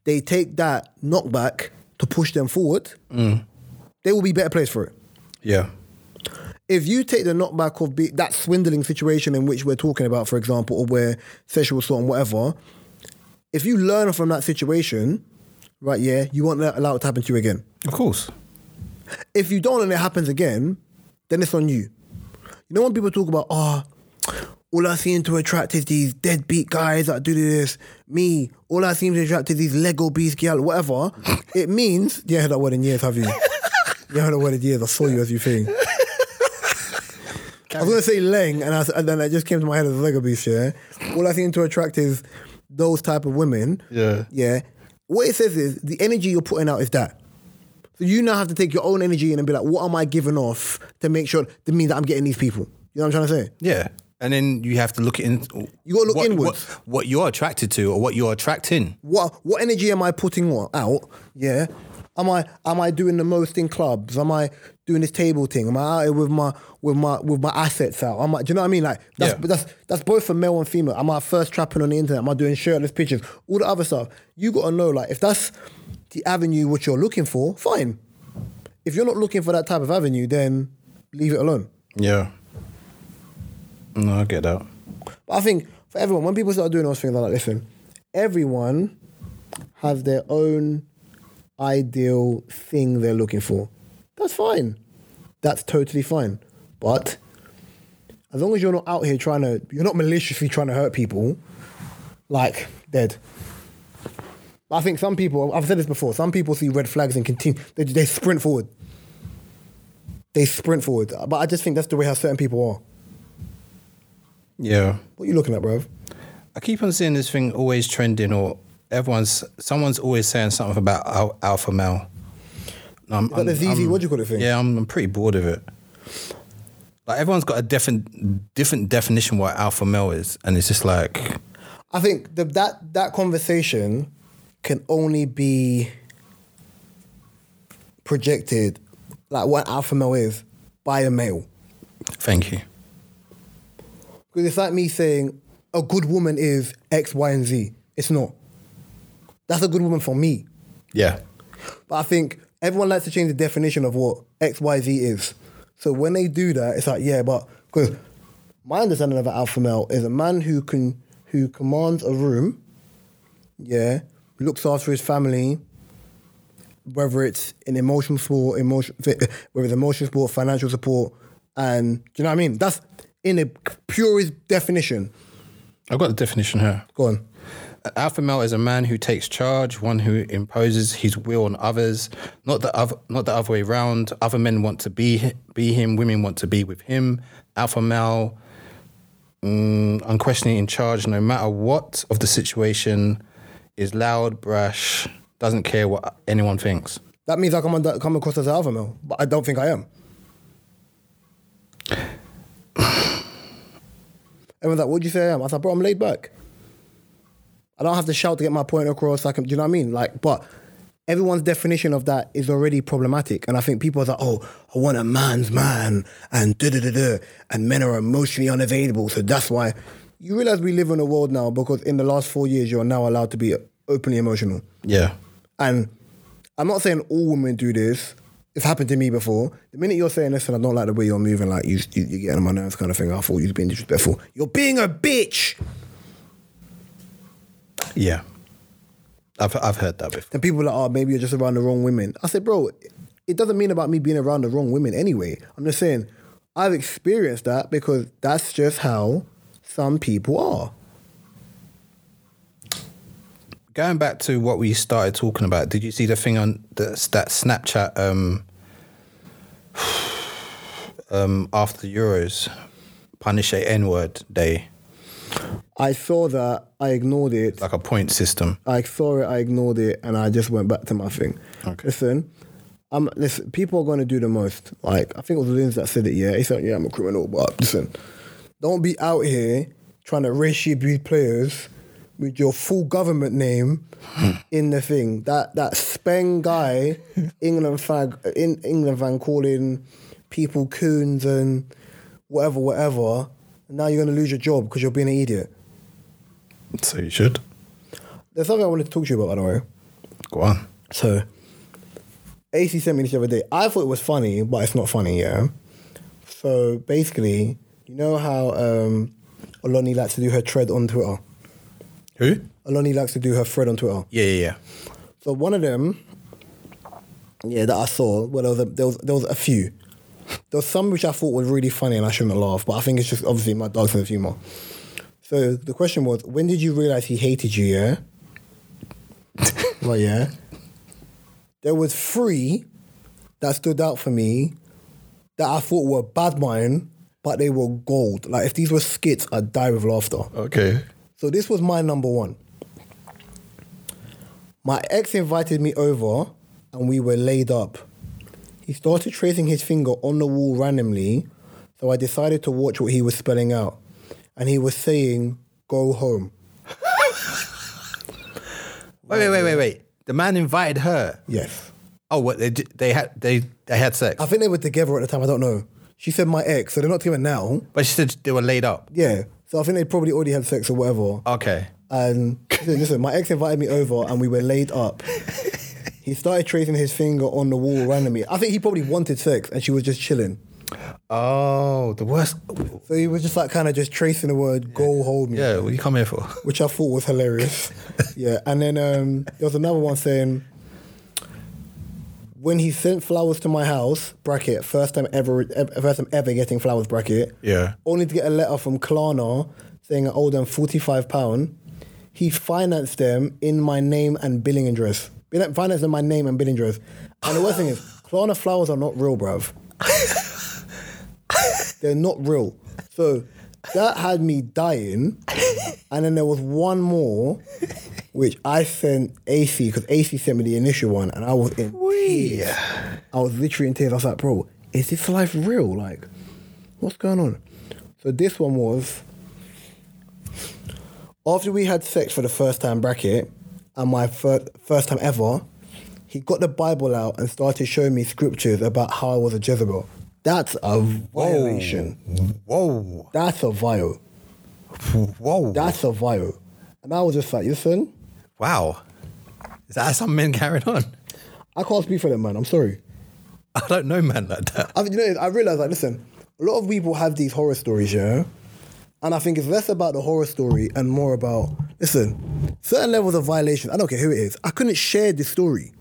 S1: they take that knockback to push them forward, they will be better players for it.
S2: Yeah,
S1: if you take the knockback of be- that swindling situation in which we're talking about, for example, or where sexual assault and whatever, if you learn from that situation, right, yeah, you won't let- allow it to happen to you again.
S2: Of course.
S1: If you don't and it happens again, then it's on you. You know when people talk about, oh, all I seem to attract is these deadbeat guys that do this, me, all I seem to attract is these Lego beast gal, whatever, it means, you haven't heard that word in years, have you? you haven't heard that word in years, I saw you as you think. I was gonna say Leng, and, I, was- and then it just came to my head as Lego Beast. Yeah, all I seem to attract is those type of women.
S2: Yeah.
S1: yeah. What it says is the energy you're putting out is that. So you now have to take your own energy in and be like, what am I giving off to make sure to mean that I'm getting these people? You know what I'm trying to say?
S2: Yeah. And then you have to look in.
S1: You gotta look
S2: what,
S1: inwards.
S2: What, what you're attracted to or what you're attracting.
S1: What what energy am I putting wa- out? Yeah. Am I am I doing the most in clubs? Am I doing this table thing? Am I out here with my with my with my assets out? Am I, do you know what I mean? Like that's
S2: Yeah.
S1: that's that's both for male and female. Am I first trapping on the internet? Am I doing shirtless pictures? All the other stuff. You gotta know, like if that's the avenue which you're looking for, fine. If you're not looking for that type of avenue, then leave it alone.
S2: Yeah. No, I get that.
S1: But I think for everyone, when people start doing those things, I'm like, listen, everyone has their own ideal thing they're looking for. That's fine. That's totally fine. But as long as you're not out here trying to, you're not maliciously trying to hurt people, like, dead. I think some people, I've said this before, some people see red flags and continue, they, they sprint forward. They sprint forward. But I just think that's the way how certain people are.
S2: Yeah.
S1: What are you looking at, bruv?
S2: I keep on seeing this thing always trending, or everyone's someone's always saying something about al- alpha male. I'm,
S1: Is that the ZZ, what do you call it thing?
S2: Yeah, I'm, I'm pretty bored of it. Like everyone's got a different different definition what alpha male is, and it's just like,
S1: I think the, that that conversation can only be projected, like what alpha male is, by a male.
S2: thank you.
S1: Because it's like me saying a good woman is X, Y, and Z. It's not. That's a good woman for me.
S2: Yeah,
S1: But I think everyone likes to change the definition of what XYZ is. So when they do that, it's like, yeah, but because my understanding of an alpha male is a man who can who commands a room, yeah, looks after his family, whether it's in emotional support, emotion, whether it's emotional support, financial support, and do you know what I mean? That's in the purest definition.
S2: I've got the definition here.
S1: Go on.
S2: An alpha male is a man who takes charge, one who imposes his will on others, not the other, not the other way round. Other men want to be be him, women want to be with him. Alpha male, mm, unquestionably in charge, no matter what of the situation, is loud, brash, doesn't care what anyone thinks.
S1: That means I come, under, come across as an alpha male, but I don't think I am. Everyone's like, what do you say I am? I said, bro, I'm laid back. I don't have to shout to get my point across. I can, do you know what I mean? Like, but everyone's definition of that is already problematic. And I think people are like, oh, I want a man's man and da da da da. And men are emotionally unavailable. So that's why you realize we live in a world now because in the last four years, you're now allowed to be openly emotional.
S2: Yeah,
S1: And I'm not saying all women do this. It's happened to me before. The minute you're saying, listen, I don't like the way you're moving, like you, you, you're getting on my nerves kind of thing, I thought you was being disrespectful. You're being a bitch.
S2: yeah. I've I've heard that before.
S1: Then people are like, oh, maybe you're just around the wrong women. I said, bro, it doesn't mean about me being around the wrong women anyway. I'm just saying, I've experienced that because that's just how some people are.
S2: Going back to what we started talking about, did you see the thing on the, that Snapchat um, um, after Euros, punish a N word day,
S1: I saw that, I ignored it.
S2: like a point system?
S1: I saw it, I ignored it, and I just went back to my thing.
S2: Okay.
S1: Listen, um, listen, people are going to do the most. Like, I think it was Linz that said it, yeah. He said, yeah, I'm a criminal, but listen, don't be out here trying to racially abuse players with your full government name in the thing. That that Speng guy, England fag, in England fan calling people coons and whatever, whatever. And now you're going to lose your job because you're being an idiot.
S2: So you should
S1: There's something I wanted to talk to you about, by the way.
S2: go on.
S1: So, AC sent me this the other day. I thought it was funny, but it's not funny, yeah. So basically, you know how um, Oloni likes to do her tread on Twitter.
S2: Who?
S1: Oloni likes to do her thread on Twitter.
S2: Yeah, yeah, yeah.
S1: So one of them, yeah, that I saw. Well, there was a, there was there was a few. There was some which I thought were really funny and I shouldn't laugh, but I think it's just obviously my dark sense of humor. So the question was, when did you realize he hated you? Yeah. well, yeah. There was three that stood out for me that I thought were bad mine, but they were gold. Like if these were skits, I'd die with laughter.
S2: Okay.
S1: So this was my number one. My ex invited me over and we were laid up. He started tracing his finger on the wall randomly, so I decided to watch what he was spelling out. And he was saying, go home.
S2: Wait, wait, wait, wait, wait. The man invited her.
S1: Yes.
S2: Oh, what they d- they had they they had sex,
S1: I think they were together at the time, I don't know. She said my ex, so they're not together now.
S2: but she said they were laid up.
S1: Yeah. So I think they probably already had sex or whatever.
S2: Okay.
S1: And he said, listen, my ex invited me over and we were laid up. He started tracing his finger on the wall randomly. I think he probably wanted sex and she was just chilling.
S2: Oh, the worst.
S1: So he was just like kind of just tracing the word "go home,"
S2: Yeah, what you come here for?
S1: which I thought was hilarious. yeah, and then um, there was another one saying, "When he sent flowers to my house, bracket first time ever, ev- first time ever getting flowers, bracket,
S2: Yeah.
S1: only to get a letter from Klarna saying I owe them forty five pound. He financed them in my name and billing address. Bin- Financed in my name and billing address. And the worst thing is, Klarna flowers are not real, bruv. They're not real. So that had me dying. And then there was one more, which I sent AC because AC sent me the initial one, and I was in tears. I was literally in tears. I was like, "Bro, is this life real? Like, what's going on?" So this one was after we had sex for the first time bracket, and my first first time ever. He got the Bible out and started showing me scriptures about how I was a Jezebel. That's a violation.
S2: Whoa.
S1: That's a vile.
S2: Whoa.
S1: That's a vile. And I was just like, listen,
S2: wow. Is that how some men carried on?
S1: I can't speak for them, man. I'm sorry.
S2: I don't know man like that.
S1: I mean, you know, I realized like, listen, a lot of people have these horror stories, yeah, and I think it's less about the horror story and more about listen, certain levels of violation. I don't care who it is. I couldn't share this story.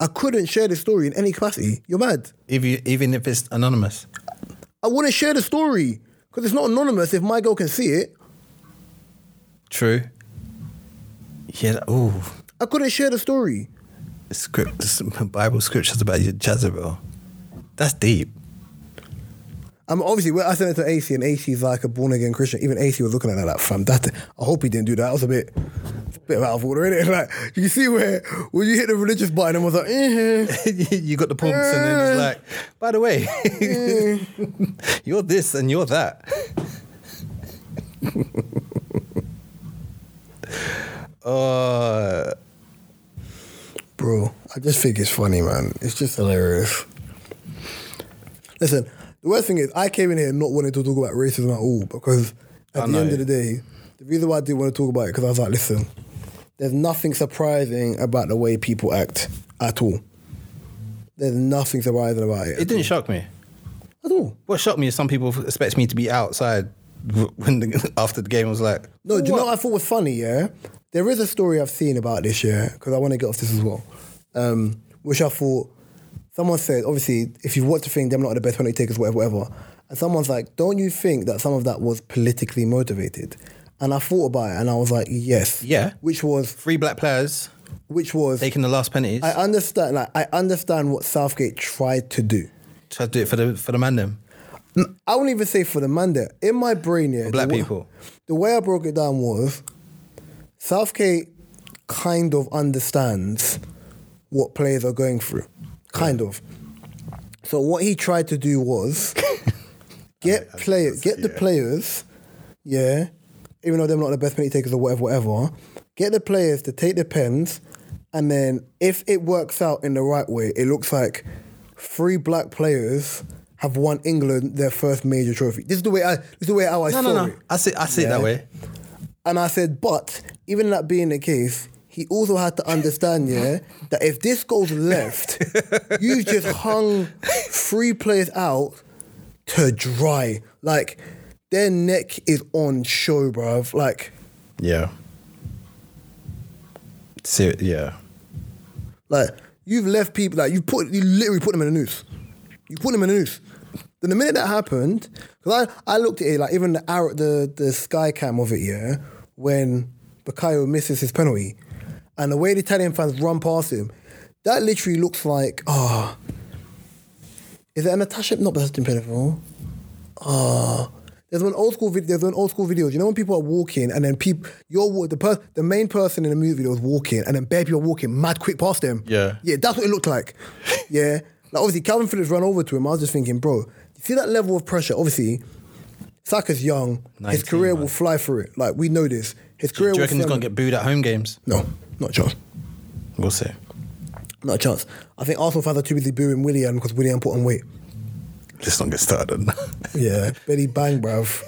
S1: I couldn't share this story in any capacity. You're mad.
S2: If you, even if it's anonymous.
S1: I wouldn't share the story because it's not anonymous. If my girl can see it,
S2: True. Yeah. Ooh.
S1: I couldn't share the story.
S2: Script, Bible scriptures about your Jezebel. That's deep.
S1: I'm obviously when I sent it to AC and AC's like a born again Christian. Even AC was looking at that like, fam, that I hope he didn't do that. That was a bit, it's a bit out of order, innit? Like you can see where when you hit the religious button and was like, eh, eh.
S2: you got the pumps, and then it's like, by the way, you're this and you're that. uh,
S1: bro. I just think it's funny, man. It's just hilarious. Listen, the worst thing is I came in here not wanting to talk about racism at all because at
S2: I
S1: the
S2: know.
S1: end of the day, the reason why I didn't want to talk about it because I was like, listen, there's nothing surprising about the way people act at all. There's nothing surprising about it.
S2: it didn't shock me.
S1: at all.
S2: What shocked me is some people expect me to be outside w- when the, after the game. I was like,
S1: No, do you know
S2: what?
S1: what I thought was funny? Yeah, there is a story I've seen about this. Yeah, because I want to get off this as well. Um, which I thought someone said. Obviously, if you watch the thing, them not the best penalty takers, whatever, whatever. And someone's like, "Don't you think that some of that was politically motivated?" And I thought about it, and I was like, "Yes,
S2: Yeah.
S1: Which was
S2: three black players
S1: which was
S2: taking the last penalties.
S1: I understand. Like I understand what Southgate tried to do.
S2: Tried to do it for the for the man them.
S1: I wouldn't even say for the man there. In my brain, yeah,
S2: black
S1: the, wa-
S2: people.
S1: The way I broke it down was Southgate kind of understands what players are going through, kind of. So what he tried to do was get players, get the
S2: yeah.
S1: players, yeah, even though they're not the best penalty takers or whatever, whatever, get the players to take the pens, and then if it works out in the right way, it looks like three black players have won England their first major trophy. This is the way I, this is the way how I saw
S2: No, no, no.
S1: it.
S2: I see. I see it that
S1: Yeah.
S2: way.
S1: And I said, but even that being the case, he also had to understand, yeah, that if this goes left, you've just hung three players out to dry. Like their neck is on show, bruv. Like
S2: Yeah. Ser- yeah.
S1: like you've left people like you put you literally put them in a noose. You put them in a noose. Then the minute that happened, because I, I looked at it like even the arrow, the the sky cam of it, yeah, when Bakayo misses his penalty, and the way the Italian fans run past him, that literally looks like ah. is it an attachment? Not that's been plentiful. Ah. There's an old school video. There's an old school video. You know when people are walking and then people, you're wa- the per- the main person in the movie that was walking and then bare people are walking mad quick past them.
S2: Yeah.
S1: yeah, that's what it looked like. yeah, like obviously Calvin Phillips ran over to him. I was just thinking, bro, you see that level of pressure? Obviously, Saka's young. his
S2: 19,
S1: career will
S2: man.
S1: fly through it. Like we know this. His
S2: Do
S1: career
S2: you
S1: will
S2: reckon he's
S1: fly-
S2: gonna get booed at home games?
S1: no, not a chance.
S2: We'll see.
S1: Not a chance. I think Arsenal fans are too busy booing Willian because Willian put on weight.
S2: Let's not get started. on that.
S1: Yeah, Betty Bang, bruv.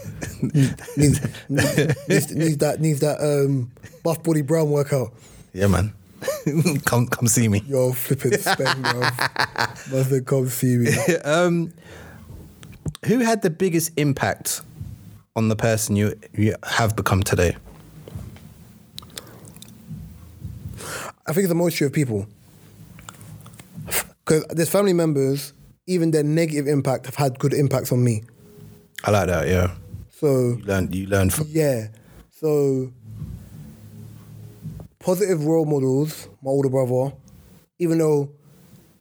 S1: needs, needs, needs that needs that um, buff body brown workout.
S2: yeah, man. come come see me.
S1: Yo, flipping spend, bruv. Must have come see me.
S2: um, who had the biggest impact on the person you you have become today?
S1: I think it's a moisture of people. Because there's family members, even their negative impact have had good impacts on me.
S2: I like that. Yeah,
S1: So
S2: you learn you learn from.
S1: Yeah. So positive role models, my older brother, even though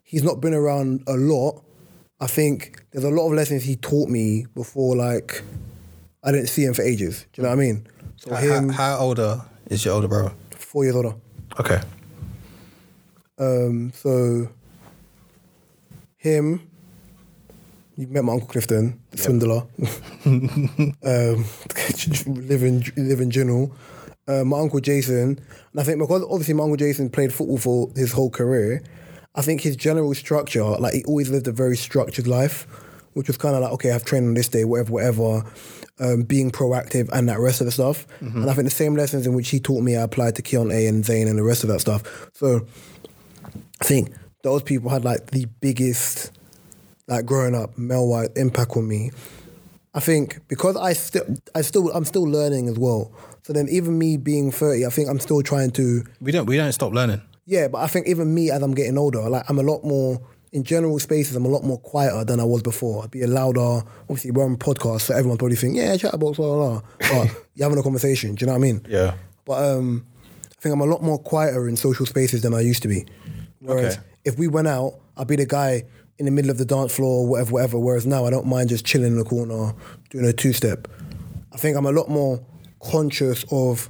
S1: he's not been around a lot, I think there's a lot of lessons he taught me before like I didn't see him for ages. Do you know what I mean? So
S2: How,
S1: him
S2: how, how older is your older brother?
S1: four years older.
S2: Okay.
S1: Um, so him, you met my uncle Clifton, the swindler, um, living living general. Uh, my uncle Jason, and I think because obviously my uncle Jason played football for his whole career, I think his general structure, like he always lived a very structured life, which was kind of like okay, I've trained on this day, whatever, whatever. Um, being proactive and that rest of the stuff, and I think the same lessons in which he taught me, I applied to Keontae and Zane and the rest of that stuff. So I think those people had like the biggest, like growing up, male wise impact on me. I think because I still, I still, I'm still learning as well. So then, even me being thirty, I think I'm still trying to,
S2: We don't we don't stop learning.
S1: yeah. But I think even me as I'm getting older, like I'm a lot more in general spaces. I'm a lot more quieter than I was before. I'd be a louder. Obviously, we're on podcasts, so everyone probably think, yeah, chatterbox, blah blah. blah. But you're having a conversation. Do you know what I mean?
S2: Yeah.
S1: But um, I think I'm a lot more quieter in social spaces than I used to be. Whereas
S2: Okay.
S1: if we went out, I'd be the guy in the middle of the dance floor or whatever, whatever. Whereas now I don't mind just chilling in the corner, doing a two step. I think I'm a lot more conscious of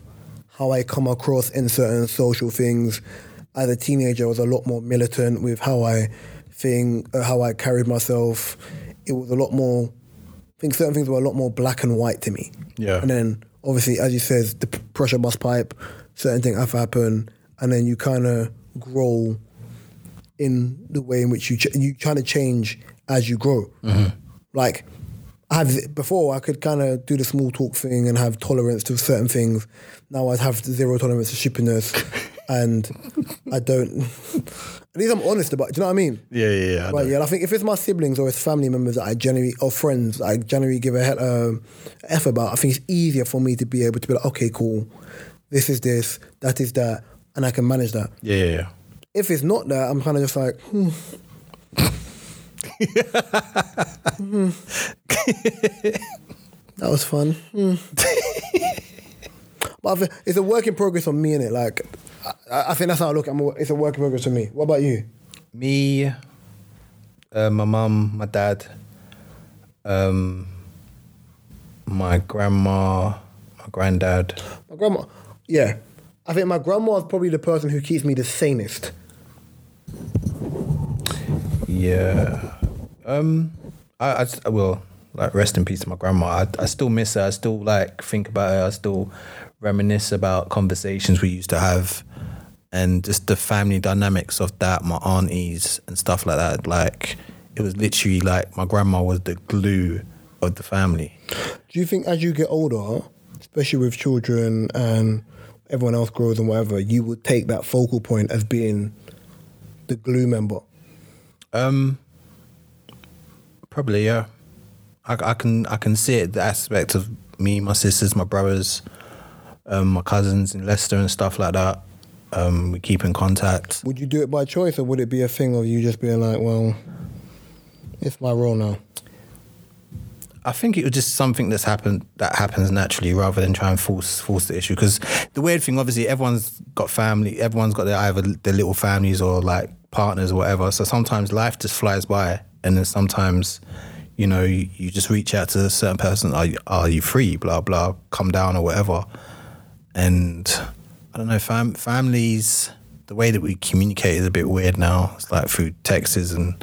S1: how I come across in certain social things. As a teenager, I was a lot more militant with how I thing, uh, how I carried myself. It was a lot more. I think certain things were a lot more black and white to me.
S2: Yeah.
S1: And then then obviously, as you says, the p- pressure bus pipe, certain things have to happen, and then you kind of grow in the way in which you ch- you kind of change as you grow. Like I had before, I could kind of do the small talk thing and have tolerance to certain things. Now I'd have zero tolerance to shippiness, and I don't. At least I'm honest about. it, Do you know what I mean?
S2: Yeah, yeah, yeah. I
S1: Right,
S2: know.
S1: yeah. I think if it's my siblings or it's family members that I generally or friends that I generally give a hell um, f about, I think it's easier for me to be able to be like, okay, cool, this is this, that is that, and I can manage that.
S2: yeah, yeah, yeah.
S1: If it's not that, I'm kind of just like, hmm. Hmm. that was fun. Hmm. but I think it's a work in progress on me, innit? Like, I, I think that's how I look. I'm a, it's a work in progress for me. What about you?
S2: Me, uh, my mum, my dad, um, my grandma, my granddad.
S1: My grandma, yeah. I think my grandma is probably the person who keeps me the sanest.
S2: Yeah. Um, I, I s- I will like rest in peace to my grandma. I, I still miss her. I still like think about her. I still reminisce about conversations we used to have, and just the family dynamics of that. My aunties and stuff like that. Like it was literally like my grandma was the glue of the family.
S1: Do you think as you get older, especially with children and everyone else grows and whatever, you would take that focal point as being the glue member?
S2: Um, probably yeah. I, I can I can see it the aspect of me, my sisters, my brothers, um, my cousins in Leicester and stuff like that. Um, we keep in contact.
S1: Would you do it by choice, or would it be a thing of you just being like, well, it's my role now?
S2: I think it was just something that's happened that happens naturally rather than try and force force the issue. Because the weird thing, obviously, everyone's got family, everyone's got their either their little families or like partners or whatever. So sometimes life just flies by, and then sometimes, you know, you, you just reach out to a certain person. Are you, are you free? Blah blah. Come down or whatever. And I don't know, fam- families. The way that we communicate is a bit weird now. It's like through texts and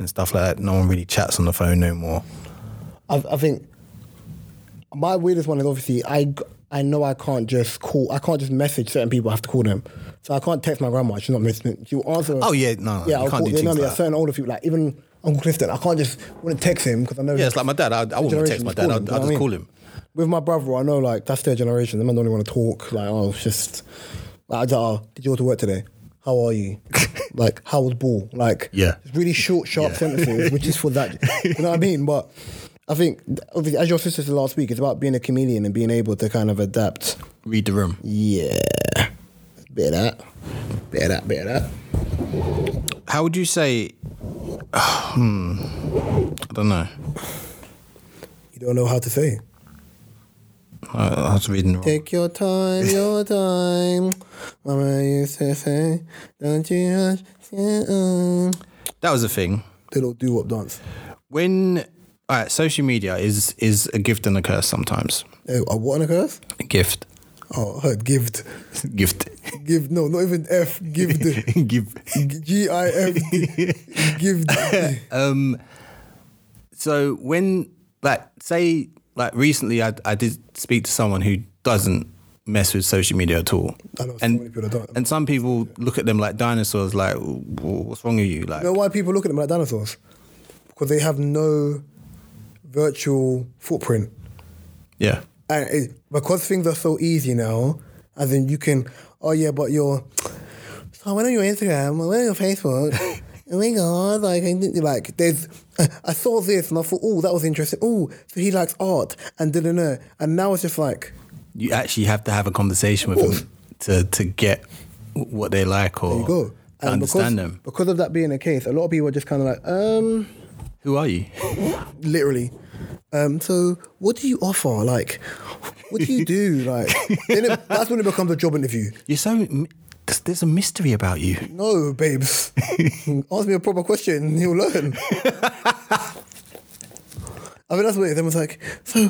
S2: and stuff like that. No one really chats on the phone no more.
S1: I, I think my weirdest one is obviously I I know I can't just call I can't just message certain people I have to call them so I can't text my grandma she's not listening she'll answer
S2: Oh, yeah, no, you
S1: yeah I'll
S2: can't
S1: call,
S2: do
S1: yeah, no,
S2: things
S1: yeah,
S2: like that.
S1: certain older people like even Uncle Clifton I can't just want to text him because I know
S2: Yeah, it's like my dad. I, I wouldn't
S1: generation,
S2: text my
S1: just call him,
S2: dad. I'd,
S1: you know
S2: I'd
S1: what I
S2: just
S1: mean?
S2: call him.
S1: with my brother, I know like that's their generation. The man don't even want to talk. Like, oh, it's just like, I just, oh, did you go to work today? How are you? like, how was ball? Like,
S2: Yeah.
S1: it's really short, sharp
S2: Yeah.
S1: sentences, which is for that. You know what I mean? But I think, obviously, as your sister said last week, it's about being a comedian and being able to kind of adapt.
S2: Read the room.
S1: Yeah, bit of that, bit of that, bit of that.
S2: How would you say? Hmm, I don't know.
S1: You don't know how to say.
S2: I, I was reading. Wrong.
S1: Take your time, your time. Mama used to say, don't you hush. yeah, um."
S2: That was a thing.
S1: little do up dance.
S2: When all right, social media is is a gift and a curse sometimes.
S1: Oh, a what on a curse?
S2: A gift,
S1: Oh, I heard gived.
S2: gift,
S1: Give, no, not even F, gived.
S2: give.
S1: G I F, gived.
S2: So when like say like recently, I I did speak to someone who doesn't mess with social media at all.
S1: I know so
S2: and,
S1: many people that don't.
S2: and some people look at them like dinosaurs. Like, "W- w- what's wrong with you? Like,
S1: You know why people look at them like dinosaurs? Because they have no virtual footprint.
S2: yeah.
S1: And it, because things are so easy now, as in you can, oh yeah, but you're, so I went on your Instagram, I went on your Facebook, oh my god, like, I didn't- like there's, I saw this and I thought, oh, that was interesting. Oh, so he likes art and da da da. And now it's just like,
S2: you actually have to have a conversation with them to to get what they like or
S1: there you go.
S2: to understand
S1: because,
S2: them.
S1: Because of that being the case, a lot of people are just kind of like, um,
S2: Who are you?
S1: literally. Um, so what do you offer? Like, what do you do? Like, then it, that's when it becomes a job interview.
S2: You're so there's, there's a mystery about you.
S1: No, babes. Ask me a proper question and you'll learn. I mean, that's weird. Then was like, so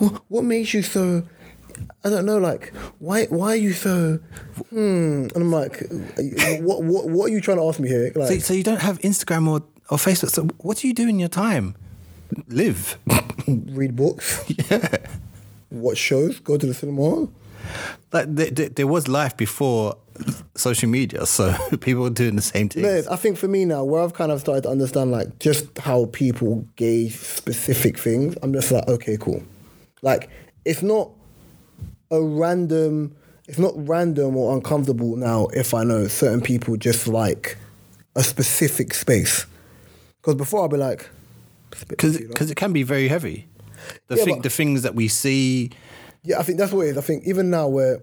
S1: wh- what makes you so, I don't know, like, why why are you so, hmm. And I'm like, what, what, what are you trying to ask me here? Like,
S2: So, so you don't have Instagram or, or Facebook. So what do you do in your time? Live.
S1: read books? Yeah. Watch shows? Go to the cinema?
S2: like there, there, there was life before social media, so people were doing the same thing.
S1: Liz, I think for me now, where I've kind of started to understand like just how people gauge specific things, I'm just like, okay, cool. Like it's not a random, it's not random or uncomfortable now if I know certain people just like a specific space. Because before I'd be like, it's a bit
S2: Because
S1: too long.
S2: it can be very heavy. The
S1: Yeah,
S2: thing,
S1: but-
S2: the things that we see.
S1: Yeah, I think that's what it is. I think even now where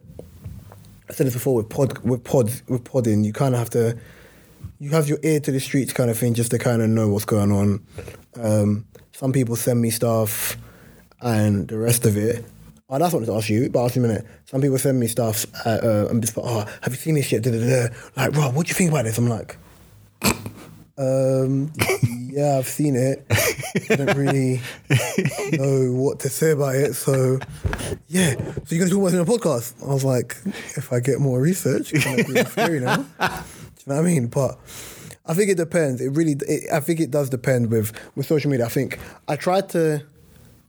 S1: I said this before with pod with pods with podding, you kinda have to you have your ear to the streets kind of thing just to kinda know what's going on. Um, some people send me stuff and the rest of it. Oh, that's what I wanted to ask you, but ask you a minute. Some people send me stuff uh, uh, and just like, oh, have you seen this yet? Da, da, da. da. Like, Rob, what do you think about this? I'm like, um, yeah, I've seen it. I don't really know what to say about it. So, yeah. So you're gonna talk about it in a podcast? I was like, if I get more research, it's gonna be scary now. Do you know what I mean? But I think it depends. It really, it, I think it does depend with with social media. I think I try to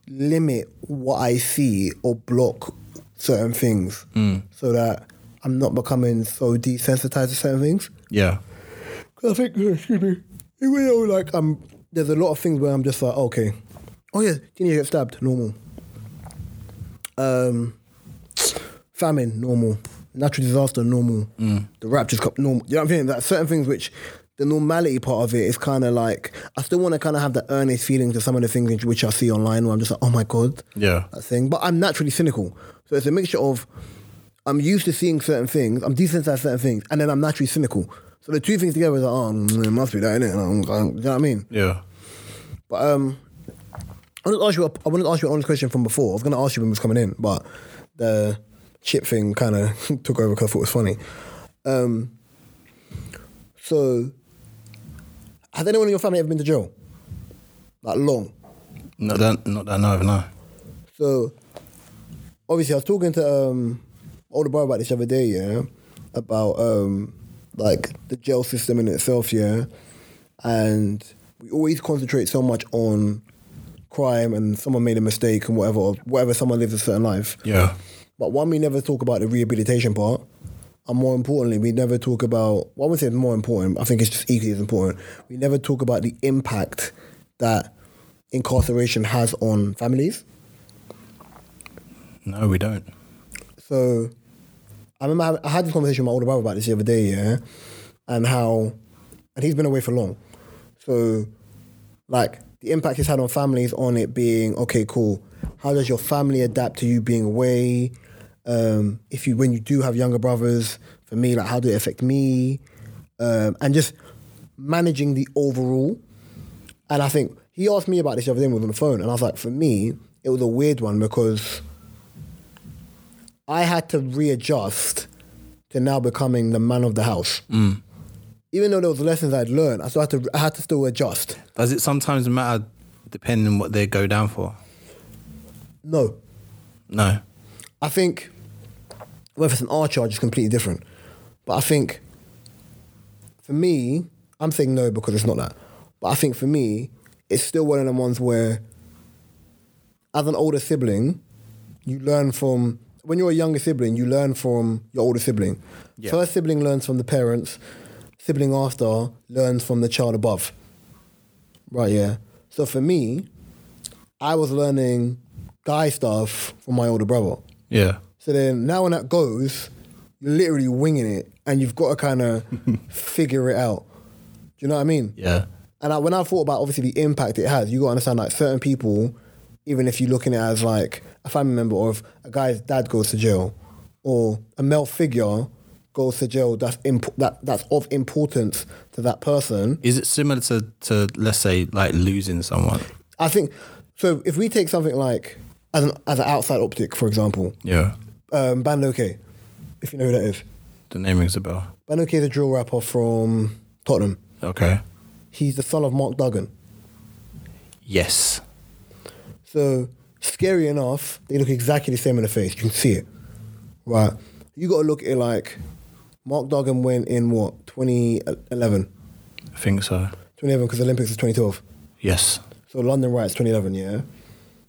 S1: limit what I see or block certain things so that I'm not becoming so desensitized to certain things.
S2: Yeah.
S1: I think, yeah, excuse me, even though like I'm, there's a lot of things where I'm just like, okay, oh yeah, you need to get stabbed, normal. Um, famine, normal. Natural disaster, normal. The rapture's cup, normal. You know what I'm saying? That certain things which the normality part of it is kind of like I still want to kind of have the earnest feeling to some of the things which I see online where I'm just like, oh my god,
S2: Yeah.
S1: that thing. But I'm naturally cynical, so it's a mixture of I'm used to seeing certain things, I'm desensitized to certain things, and then I'm naturally cynical. So the two things together is like, oh, mm, it must be that, innit? And I'm- I'm- Do you know what I mean?
S2: Yeah.
S1: But um, I wanted to ask you. A, I wanted to ask you an honest question from before. I was going to ask you when we was coming in, but the chip thing kind of took over because I thought it was funny. Um, so has anyone in your family ever been to jail? Like long.
S2: Not that, not that I know of, no.
S1: So obviously, I was talking to um older brother about this the other day, yeah, about um like the jail system in itself, yeah, and we always concentrate so much on crime and someone made a mistake and whatever, or whatever someone lives a certain life.
S2: Yeah.
S1: But one, we never talk about the rehabilitation part. And more importantly, we never talk about, well, I would say it's more important, I think it's just equally as important. We never talk about the impact that incarceration has on families.
S2: No, we don't.
S1: So I remember I- I had this conversation with my older brother about this the other day, yeah, and how, and he's been away for long. So, like, the impact it's had on families on it being, okay, cool. How does your family adapt to you being away? Um, if you, when you do have younger brothers, for me, like, how did it affect me? Um, and just managing the overall. And I think he asked me about this the other day when we were on the phone, and I was like, for me, it was a weird one because. I had to readjust to now becoming the man of the house. Even though there was lessons I'd learned, I still had to I had to still adjust.
S2: Does it sometimes matter depending on what they go down for?
S1: No,
S2: No.
S1: I think whether it's an R charge is completely different. But I think for me, I'm saying no because it's not that. But I think for me, it's still one of the ones where as an older sibling, you learn from when you're a younger sibling, you learn from your older sibling.
S2: Yeah.
S1: First sibling learns from the parents, sibling after learns from the child above. Right, yeah. So for me, I was learning guy stuff from my older brother.
S2: Yeah.
S1: So then now when that goes, you're literally winging it and you've got to kind of figure it out. Do you know what I mean?
S2: Yeah.
S1: And I, when I thought about obviously the impact it has, you got to understand like certain people, even if you're looking at it as like a family member or if a guy's dad goes to jail or a male figure goes to jail that's imp- that that's of importance to that person.
S2: Is it similar to, to let's say like losing someone?
S1: I think so. If we take something like as an as an outside optic, for example,
S2: Yeah.
S1: um, Bandoke, if you know who that is.
S2: The name rings a bell.
S1: Benoke is a drill rapper from Tottenham.
S2: Okay.
S1: He's the son of Mark Duggan.
S2: Yes.
S1: So, scary enough, they look exactly the same in the face. You can see it. Right. You got to look at it like Mark Duggan went in what, 2011?
S2: I think so.
S1: 2011, because Olympics is 2012.
S2: Yes.
S1: So, London riots 2011, yeah?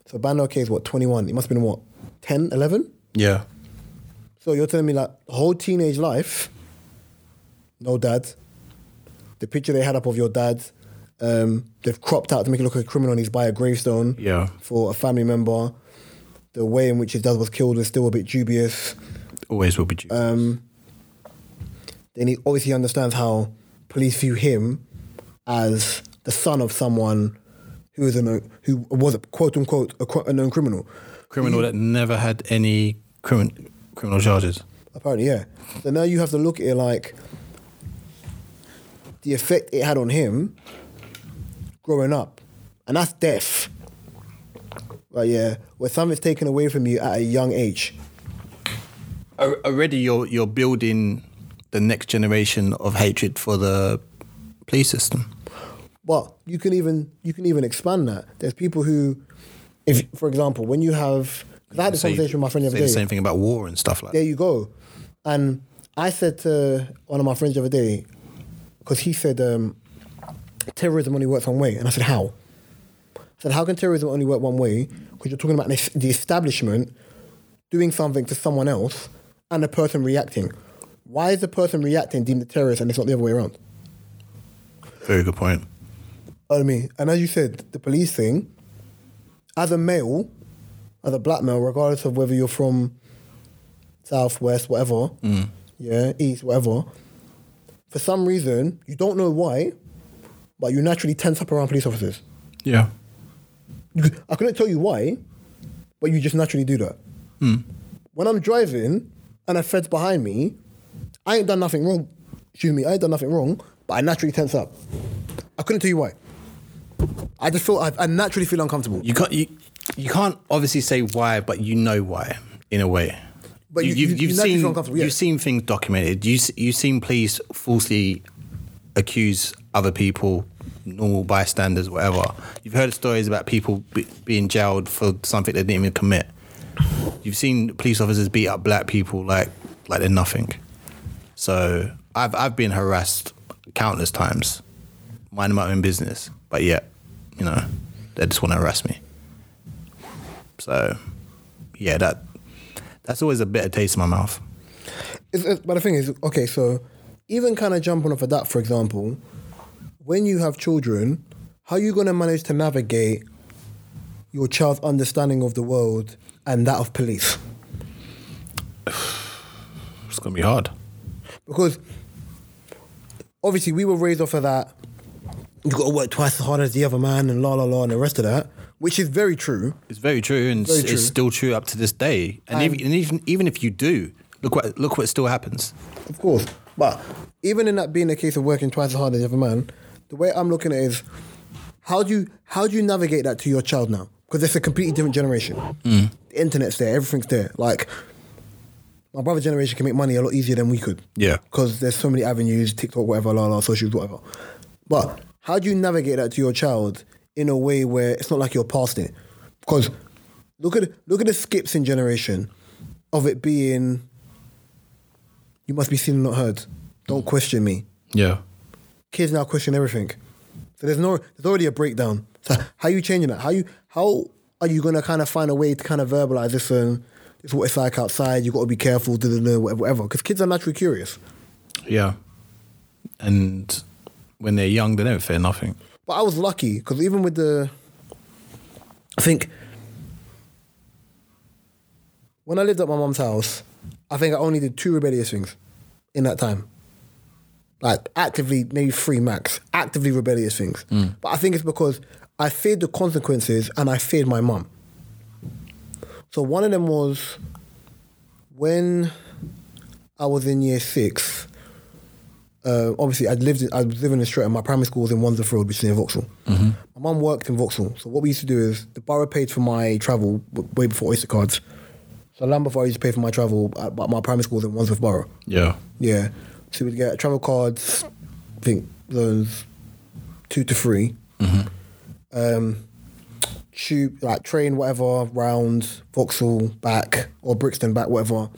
S1: So, Banoke is what, 21? He must have been what, 10, 11?
S2: Yeah.
S1: So, you're telling me like whole teenage life, no dad. The picture they had up of your dad, um, they've cropped out to make it look like a criminal and he's by a gravestone.
S2: Yeah.
S1: for a family member. The way in which his dad was killed is still a bit dubious.
S2: Always will be due.
S1: Um, Then he obviously understands how police view him as the son of someone who is a known, who was a quote unquote a, cr- a known criminal.
S2: criminal that never had any crimin- criminal charges.
S1: Apparently, yeah. So now you have to look at it like the effect it had on him growing up, and that's death. Right? Yeah, where something's taken away from you at a young age.
S2: Al- Already, you're you're building the next generation of hatred for the police system.
S1: But you can even you can even expand that. There's people who, if for example, when you have, because I had this
S2: Say-
S1: conversation with my friend the
S2: say
S1: other day.
S2: the same thing about war and stuff like
S1: There
S2: that.
S1: you go. And I said to one of my friends the other day, because he said um, terrorism only works one way, and I said how. I said how can terrorism only work one way? Because you're talking about an es- the establishment doing something to someone else and the person reacting. Why is the person reacting deemed a terrorist and it's not the other way around?
S2: Very good point.
S1: I mean, and as you said, the police thing, as a male, as a black male, regardless of whether you're from South, West, whatever, yeah, East, whatever, for some reason, you don't know why, but you naturally tense up around police officers.
S2: Yeah.
S1: You- I couldn't tell you why, but you just naturally do that. When I'm driving and a fed's behind me, I ain't done nothing wrong. Excuse me, I ain't done nothing wrong, but I naturally tense up. I couldn't tell you why. I just feel I, I naturally feel uncomfortable.
S2: You can't you, you can't obviously say why, but you know why in a way.
S1: But you-
S2: have
S1: you- you naturally feel
S2: seen
S1: uncomfortable, yeah.
S2: you've seen things documented. You s- you've seen police falsely accuse other people, normal bystanders, whatever. You've heard stories about people be, being jailed for something they didn't even commit. You've seen police officers beat up black people like like they're nothing. So I've I've been harassed countless times, minding my own business, but yet, you know, they just want to harass me. So, yeah, that that's always a bitter taste in my mouth.
S1: It's, it's, but the thing is, okay, so even kind of jumping off of that, for example, when you have children, how are you going to manage to navigate your child's understanding of the world and that of police?
S2: It's gonna be hard.
S1: Because obviously we were raised off of that. You've got to work twice as hard as the other man, and la la la, and the rest of that, which is very true.
S2: It's very true, and
S1: Very
S2: it's,
S1: true.
S2: it's still true up to this day. And, even, and even even if you do, look what look what still happens.
S1: Of course. But even in that being the case of working twice as hard as the other man, the way I'm looking at it is how do you how do you navigate that to your child now? Because it's a completely different generation. The internet's there, everything's there. Like my brother generation can make money a lot easier than we could.
S2: Yeah.
S1: Because there's so many avenues, TikTok, whatever, la la, socials, whatever. But how do you navigate that to your child in a way where it's not like you're past it? Because look at look at the skips in generation of it being you must be seen and not heard. Don't question me.
S2: Yeah,
S1: Kids now question everything. So there's no there's already a breakdown. So how you changing that? How you how are you gonna kind of find a way to kind of verbalize this and this is what it's like outside, you gotta be careful, da da whatever, whatever. Because kids are naturally curious.
S2: yeah. And when they're young, they don't fear nothing.
S1: But I was lucky because even with the, I think when I lived at my mum's house, I think I only did two rebellious things in that time. Like actively, maybe three max, actively rebellious things. But I think it's because I feared the consequences and I feared my mum. So one of them was when I was in year six, uh, obviously I'd lived in, I was living in Streatham. My primary school was in Wandsworth Road, which is near Vauxhall. My mum worked in Vauxhall, so what we used to do is the borough paid for my travel w- way before Oyster cards. So long before I used to pay for my travel, uh, but my primary school was in Wandsworth Borough.
S2: Yeah,
S1: Yeah, so we'd get travel cards. I think zones two to 3 Um, tube like train, whatever, round Vauxhall back or Brixton back, whatever.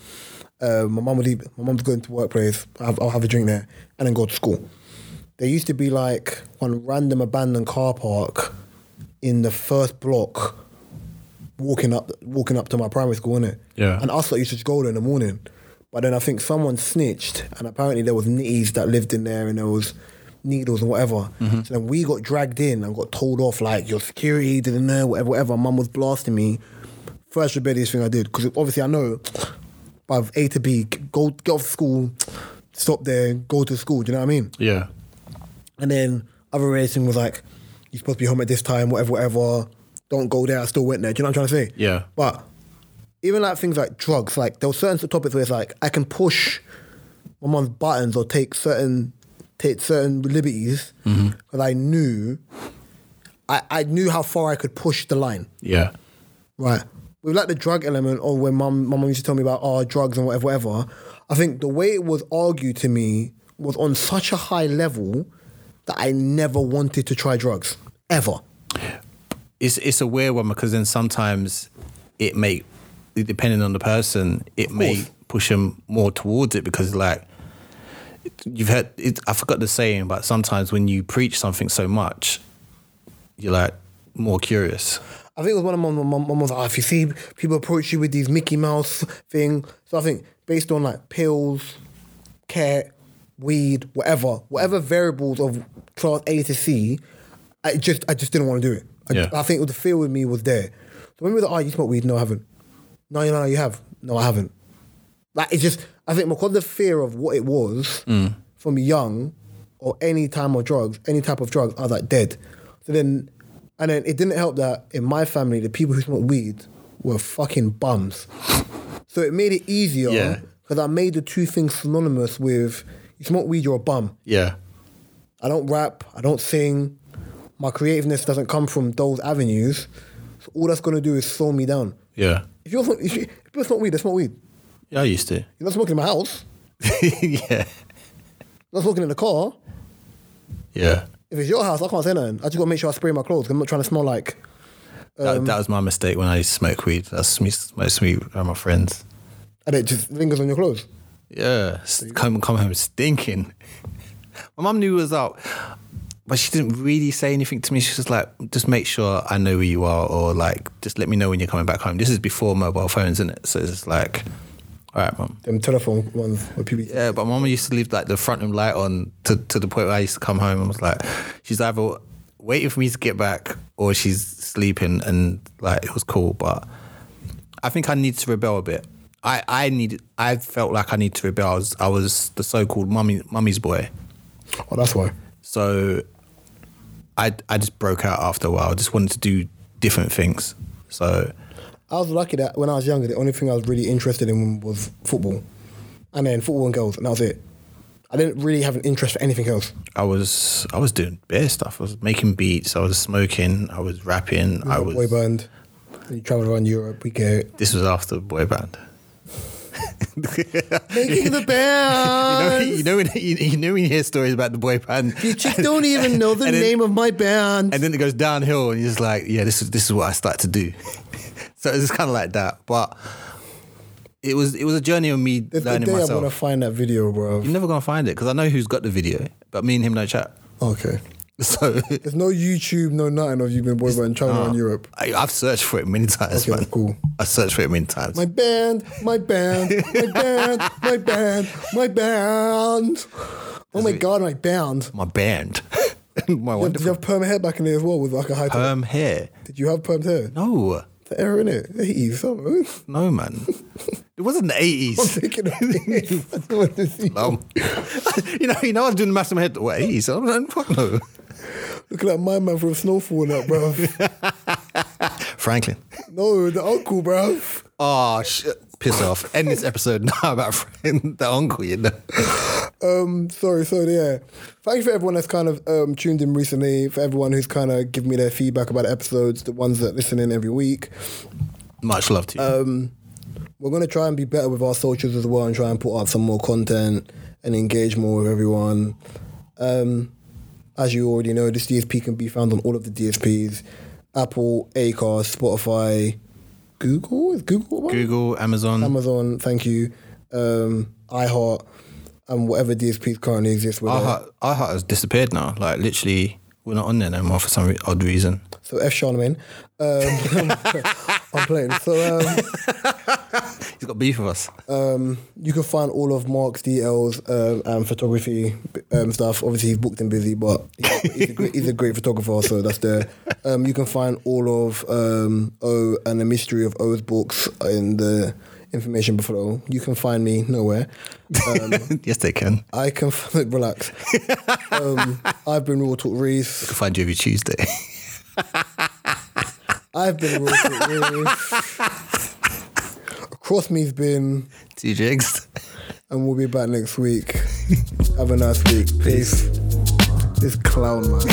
S1: Um, my mum would leave, my mum's going to workplace. I'll have, I'll have a drink there and then go to school. There used to be like one random abandoned car park in the first block, walking up walking up to my primary school, innit?
S2: Yeah.
S1: And us lot used to just go there in the morning. But then I think someone snitched, and apparently there was nitties that lived in there, and there was needles and whatever. So then we got dragged in and got told off like your security didn't know whatever, whatever. Mum was blasting me. First rebellious thing I did because obviously I know, by A to B, go get off school, stop there, go to school. Do you know what I mean?
S2: yeah,
S1: And then other racing was like, you're supposed to be home at this time, whatever, whatever. Don't go there. I still went there. Do you know what I'm trying to say?
S2: Yeah.
S1: But even like things like drugs, like there were certain sort of topics where it's like I can push my mum's buttons or take certain take certain liberties because I knew I, I knew how far I could push the line.
S2: yeah,
S1: Right. With like the drug element or when mum my mum used to tell me about oh drugs and whatever, whatever, I think the way it was argued to me was on such a high level that I never wanted to try drugs. Ever.
S2: it's it's a weird one because then sometimes it may depending on the person it may
S1: course.
S2: push them more towards it because like it- you've heard it, i forgot the saying but sometimes when you preach something so much you're like more curious
S1: I think it was one of my mum mum was like, oh, if you see people approach you with these Mickey Mouse thing. So I think based on like pills, cat, weed, whatever, whatever variables of class A to C, I just I just didn't want to do it. I,
S2: Yeah.
S1: I think the fear with me was there. So when we were like, oh, you smoke weed? No, I haven't. No, no, no, you have. No, I haven't. Like it's just I think because the fear of what it was, for from young or any time of drugs, any type of drugs, I was like dead. So then, and then it didn't help that in my family, the people who smoked weed were fucking bums. So it made it
S2: Yeah.
S1: easier because I made the two things synonymous with you smoke weed, you're a bum.
S2: Yeah.
S1: I don't rap, I don't sing. My creativeness doesn't come from those avenues. So all that's gonna do is slow me down.
S2: Yeah.
S1: If you're if you, if people smoke weed, they smoke weed.
S2: Yeah, I used to.
S1: You're not smoking in my house.
S2: yeah.
S1: You're not smoking in the car.
S2: Yeah.
S1: If it's your house, I can't say nothing. I just gotta make sure I spray my clothes. 'cause I'm not trying to smell like.
S2: That, that was my mistake when I used to smoke weed. That's me, my sweet, uh, my friends.
S1: And it just lingers on your clothes.
S2: Yeah, s- come come home stinking. My mum knew it was out, but she didn't really say anything to me. She was just like, "Just make sure I know where you are, or like, just let me know when you're coming back home." This is before mobile phones, isn't it? So it's just like, "All right, mum."
S1: Them telephone ones where people.
S2: Yeah, but mama used to leave like the front room light on to, to the point where I used to come home and was like, she's either waiting for me to get back or she's sleeping and like it was cool. But I think I need to rebel a bit. I I need I felt like I need to rebel. I was, I was the so called mummy mummy's boy,
S1: Oh, that's why.
S2: so I I just broke out after a while. I just wanted to do different things. So
S1: I was lucky that when I was younger, the only thing I was really interested in was football, and then football and girls, and that was it. I didn't really have an interest for anything else.
S2: I was I was doing bare stuff. I was making beats. I was smoking. I was rapping. I
S1: a
S2: was
S1: boy band. You travel around Europe, we get it.
S2: This was after the boy band.
S1: Making the band.
S2: You know, you know, when, you, you know when you hear stories about the boy band,
S1: Uh, You chicks don't even know the
S2: And then-
S1: name of my band.
S2: and then it goes downhill, and you're just like, yeah, this is this is what I start to do. so it's kind of like that, but it was it was a journey of me
S1: There's a
S2: learning
S1: day I'm gonna
S2: myself.
S1: find that video, bro.
S2: You're never gonna find it because I know who's got the video, but me and him don't chat.
S1: Okay.
S2: So
S1: There's no YouTube, no nothing of you been boy band traveling around Europe.
S2: I, I've searched for it many times,
S1: Okay,
S2: man.
S1: cool.
S2: I searched for it many times.
S1: My band, my band, my band, my band, my band. Oh my god, my band.
S2: My band, my
S1: Did you
S2: wonderful
S1: have perm hair back in there as well with like a high top?
S2: perm hair.
S1: Did you have perm hair?
S2: No,
S1: It's an error in it. Eighties,
S2: no, man. It wasn't the
S1: I'm
S2: eighties.
S1: thinking of this. I don't want to see.
S2: Um, you know, you know, I was doing the maths in my head. Wait, he's I'm like, fuck no,
S1: Looking like my man from Snowfall, now, bro.
S2: Franklin.
S1: No, the uncle, bro.
S2: Oh shit, piss off. End this episode now about friend, the uncle. You know,
S1: Um, sorry, so yeah. Thank you for everyone that's kind of um, tuned in recently. For everyone who's kind of given me their feedback about the episodes, the ones that listen in every week.
S2: much love to you.
S1: We're gonna try and be better with our socials as well, and try and put out some more content and engage more with everyone. Um, as you already know, this DSP can be found on all of the DSPs: Apple, Acast, Spotify, Google. Is Google one?
S2: Google, Amazon.
S1: Amazon. Thank you, um, iHeart, and whatever DSPs currently exist. With
S2: Our heart, our heart has disappeared now. Like literally, we're not on there no more for some re- odd reason.
S1: So F Charlemagne. Um, I'm playing. So um,
S2: He's got beef with us.
S1: you can find all of Mark's details um, and photography um, stuff. Obviously, he's booked and busy, but he's a great, he's a great photographer, so that's there. Um, you can find all of um, O and the mystery of O's books in the information below. You can find me nowhere. Um,
S2: yes, they can.
S1: I can relax. Um, I've been Raw Talk Reese.
S2: We'll find you every Tuesday.
S1: I've been Raw Talk Reese. Across me's been.
S2: Two jigs.
S1: and we'll be back next week. Have a nice week. Peace. This clown, man.